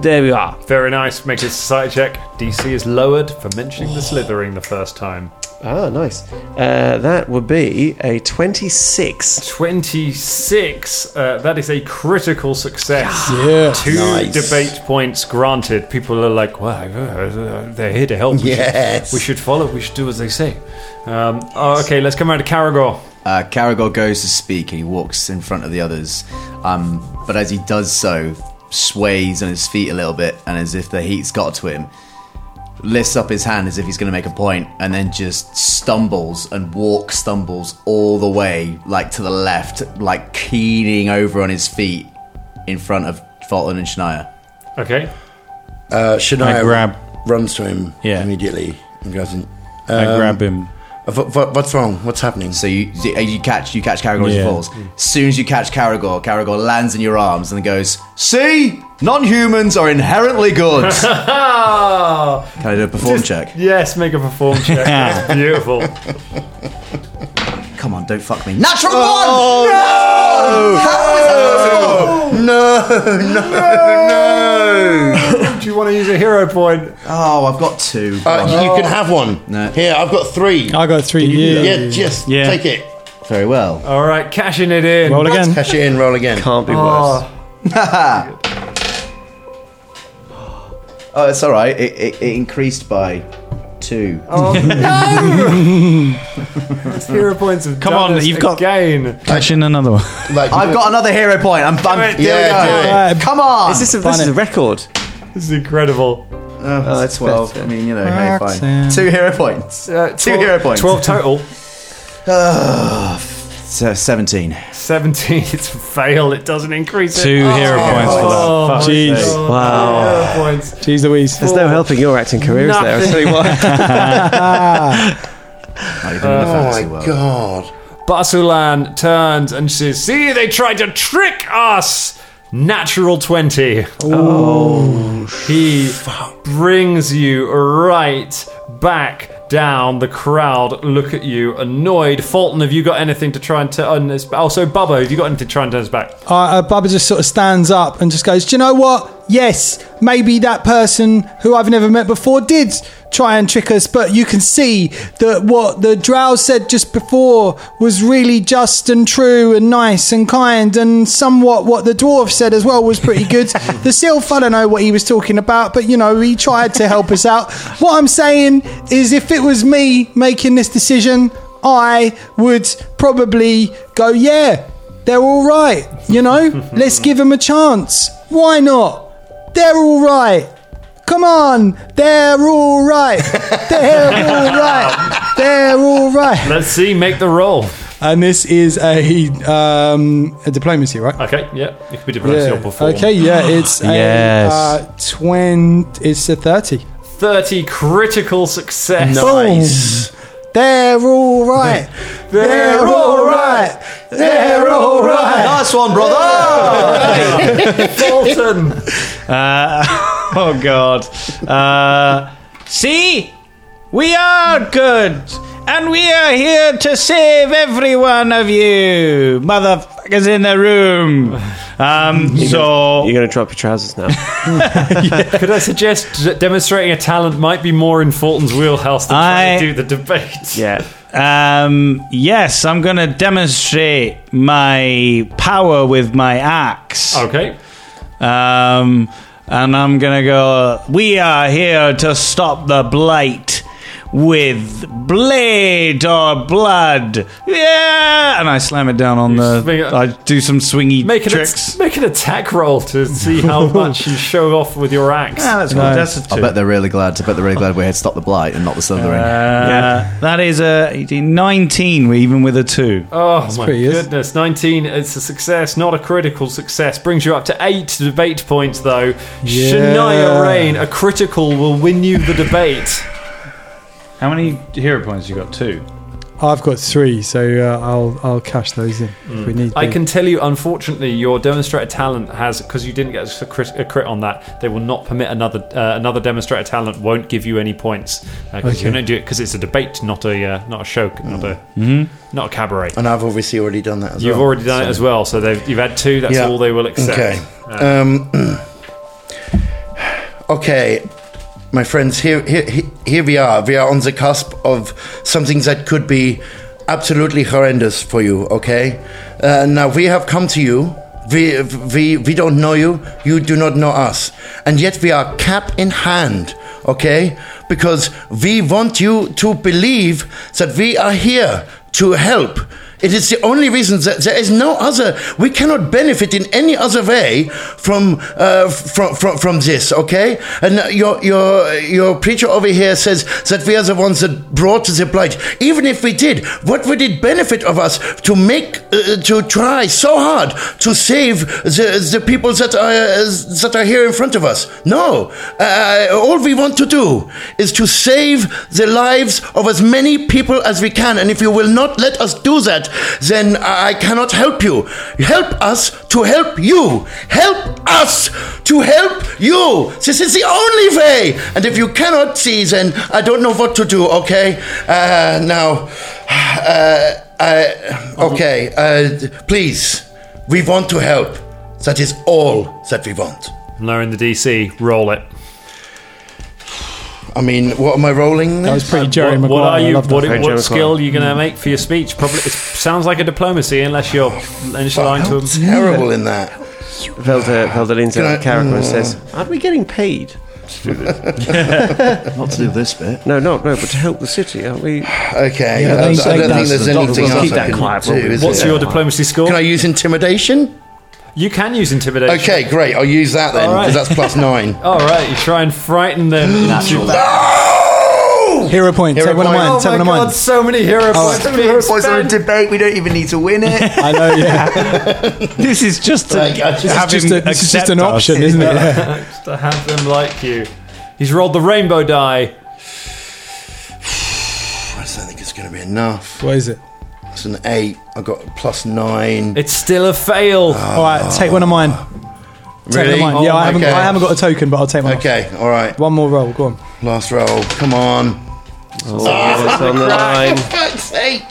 There we are.
very nice. Make a society check. DC is lowered for mentioning the slithering the first time.
Ah, nice. Uh, that would be a 26.
Twenty-six. Uh, that is a critical success.
Yeah.
Two debate points granted. People are like, "Wow, uh, they're here to help." We should-
Yes.
we should follow. We should do as they say. Um, oh, okay, let's come around to Caragor.
Uh, Caragor goes to speak and he walks in front of the others. Um, but as he does so, sways on his feet a little bit, and as if the heat's got to him, lifts up his hand as if he's going to make a point, and then just stumbles and walk stumbles all the way, like to the left, like keening over on his feet in front of Fulton and Shania.
Okay.
Uh, Shania
I grab-
runs to him
Yeah.
immediately and goes and
I grab him.
what's wrong? What's happening?
So you you you catch you catch Caragor as he
Yeah.
falls. As soon as you catch Caragor, Caragor lands in your arms and goes, "See, non-humans are inherently good." Can I do a perform check?
Oh. Yes, make a perform check. That's beautiful.
Come on, don't fuck me.
Natural
one!
Oh,
no! No! No!
No! Do you want to use a hero point?
Oh, I've got two.
Uh, You can have one. Here, I've got three. I
got three.
Yeah, just take it.
Very well.
All right, cashing it in.
Roll again. Cash it in. Roll again. Can't
be
oh, it's all right. It, it, it increased by two.
Oh,
no!
Hero points. Have done us again.
Cash in another
[LAUGHS]
one.
Like,
I've got another hero point. I'm bumped.
Yeah, do it.
Come on.
Is this a, this is a record?
This is incredible. Uh,
Oh, that's 12. I mean, you know, hey, fine.
Roxanne.
Two hero points. Two hero points.
12 total.
Ah, so 17.
17. [LAUGHS] It's a fail. It doesn't increase it.
Two hero
Oh,
points
oh,
for that.
my
Jeez.
God.
Wow.
Hero points.
Jeez Louise.
There's no helping your acting career, is there? I tell
[LAUGHS]
you what.
oh my god.
Basulan turns and says, See, they tried to trick us! Natural 20. Oh. He brings you right back down. The crowd look at you, annoyed. Fulton, have you got anything to try and turn this back? Oh, so Bubba, have you got anything to try and turn this back?
Uh, uh, Bubba just sort of stands up and just goes, Do you know what? Yes, maybe that person who I've never met before did try and trick us, but you can see that what the drow said just before was really just and true and nice and kind, and somewhat what the dwarf said as well was pretty good. the sylph, I don't know what he was talking about, but you know, he tried to help us out. What I'm saying is, if it was me making this decision, I would probably go, Yeah, they're all right, you [LAUGHS] know? Let's give them a chance. Why not? They're all right. Come on, they're all [LAUGHS] right. They're all right. They're all right. [LAUGHS]
Let's see, make the roll.
And this is a um, a diplomacy, right?
Okay, yeah. It could be diplomacy or perform.
Okay, yeah, it's
Yes.
a uh, twenty. It's a thirty.
30 critical success.
Boom. They're all right. They're all right. They're all right.
Nice one, brother.
Fulton.
Uh, oh God. Uh,
See? We are good! And we are here to save every one of you, motherfuckers in the room. Um, so.
You're going to drop your
[LAUGHS]
trousers now.
Could I suggest that demonstrating a talent might be more in Fulton's wheelhouse than trying to do the debate?
Yeah. Um, yes, I'm going to demonstrate my power with my axe.
Okay.
Um, and I'm going to go, we are here to stop the blight with blade or blood. Yeah! And I slam it down on
swing
the.
it-
I do some swingy
Make an,
tricks.
make an attack roll to see
[LAUGHS]
how much you show off with your axe.
Ah, that's good. No. That's a
I
two.
bet they're really glad. I bet they're really glad we had stopped the blight and not the
Uh,
slytherin.
That is a 18, 19, even with a 2.
Oh
That's
my
pretty good.
goodness! Nineteen. It's a success, not a critical success. Brings you up to eight debate points, though.
Yeah.
Shania Rain, a critical will win you the debate.
How many hero points you got? Two.
I've got three, so uh, I'll I'll cash those in if we need.
I
to.
can tell you, unfortunately, your demonstrator talent has because you didn't get a crit, a crit on that. They will not permit another uh, another demonstrator talent. Won't give you any points because you
Okay.
don't do it because it's a debate, not a uh, not a show, not a not a cabaret.
And I've obviously already done that as
You've
well.
already done
so-
it as well, so they've, you've had two. That's
Yeah.
all they will accept.
Okay.
Uh,
Um, [CLEARS THROAT] okay, my friends, here, here, he- here we are. We are on the cusp of something that could be absolutely horrendous for you. Okay, uh, now we have come to you. We, we, we don't know you. You do not know us, and yet we are cap in hand. Okay, because we want you to believe that we are here to help. It is the only reason that there is no other. We cannot benefit in any other way from uh, from, from from this. Okay, and uh, your your your preacher over here says that we are the ones that brought the plight. Even if we did, what would it benefit of us to make uh, to try so hard to save the the people that are that are here in front of us? No, uh, all we want to do is to save the lives of as many people as we can. And if you will not let us do that, then I cannot help you. Help us to help you. Help us to help you. This is the only way. And if you cannot see, then I don't know what to do, okay? Uh, now, uh, I, okay, uh, please, we want to help. That is all that we want.
Lowering the DC, roll it.
I mean, what am I rolling?
That was pretty Jerry
Uh, What are
Maguire. I
you?
love that.
What,
Very
what
Jerry
skill are
Maguire.
you going to make for your speech? Probably it sounds like a diplomacy, unless you're unless you're lying to him.
Terrible in that.
Velda, Velda leans
Can
over
I-
the character and
Mm.
says, Aren't we getting paid to do this?
not to do this bit.
No, not no, but to help the city, aren't we?
Okay, I, don't, I don't think there's anything else I can do. is
What's
there?
your diplomacy score? Can
I use intimidation?
You can use intimidation.
Okay, great. I'll use that then
All right.
because that's plus nine.
All right, you try and frighten them.
Natural.
Hero point.
Hero
take one of
point.
mine.
Oh
take
my
one of mine.
God, so many hero
Oh,
points.
So many hero points on a debate. We don't even need to win it.
I know. Yeah.
this is just
a- Like, I just- this is have just him a- this is just an accept us. option, isn't it? Yeah.
to have them like you. He's rolled the rainbow die.
I don't think it's going to be enough.
[LAUGHS] What is it?
It's an eight. I got a plus nine.
It's still a fail.
All right, take one of mine. Take
Really?
one of mine. yeah,
Oh,
I haven't,
okay.
I haven't got a token, but I'll take one.
Okay, all right.
One more roll. Go on.
Last roll. Come on. Ah,
Oh, it's on the line.
For fuck's sake.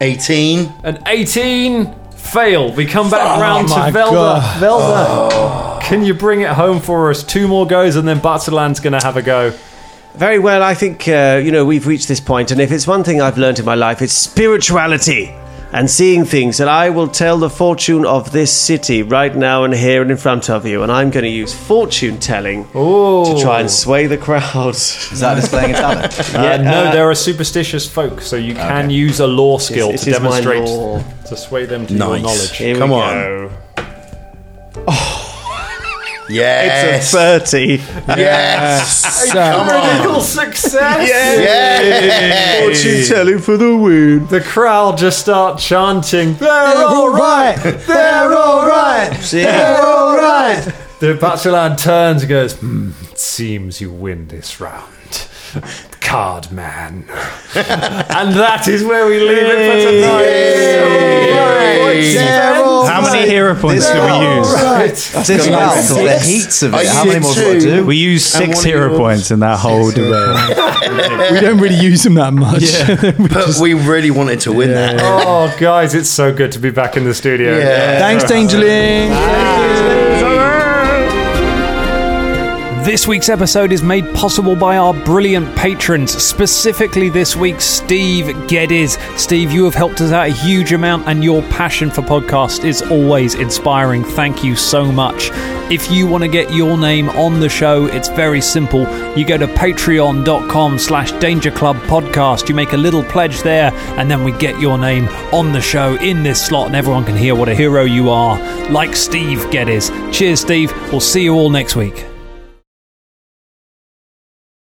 18.
An 18 fail. We come back
Oh
round to
my
Velda.
God.
Velda, can you bring it home for us? Two more goes, and then Bartzeland's going to have a go.
Very well, I think, uh, you know, we've reached this point, and if it's one thing I've learned in my life, it's spirituality and seeing things, and I will tell the fortune of this city right now and here and in front of you, and I'm going to use fortune telling to try and sway the crowds. Is
that displaying a talent?
yeah, Uh, no, they're a superstitious folk, so you can use a law skill
Yes,
to
it is my
demonstrate
law.
to sway them to your
Nice.
knowledge.
Here we Come on. go.
Yes.
It's a 30.
Yes. Come on.
Critical success!
Yes.
Fortune telling for the win.
The crowd just start chanting, They're alright!
They're all right. They're all right.
The Bachelor turns and goes, hmm, it seems you win this round. Card man. [LAUGHS] and that is where we leave it for tonight.
Oh,
How many hero points do we use?
That's Since
Well,
we're on the heats of it, how many more do I do?
We use six hero points in that whole debate.
We don't really use them that much.
but we really wanted to win that.
Oh, guys, it's so good to be back in the studio.
Yeah.
[LAUGHS] Thanks, Dangerling.
This week's episode is made possible by our brilliant patrons, specifically this week, Steve Geddes. Steve, you have helped us out a huge amount, and your passion for podcast is always inspiring. Thank you so much. If you want to get your name on the show, it's very simple. You go to patreon.com slash danger club podcast. You make a little pledge there, and then we get your name on the show in this slot, and everyone can hear what a hero you are, like Steve Geddes. Cheers, Steve. We'll see you all next week.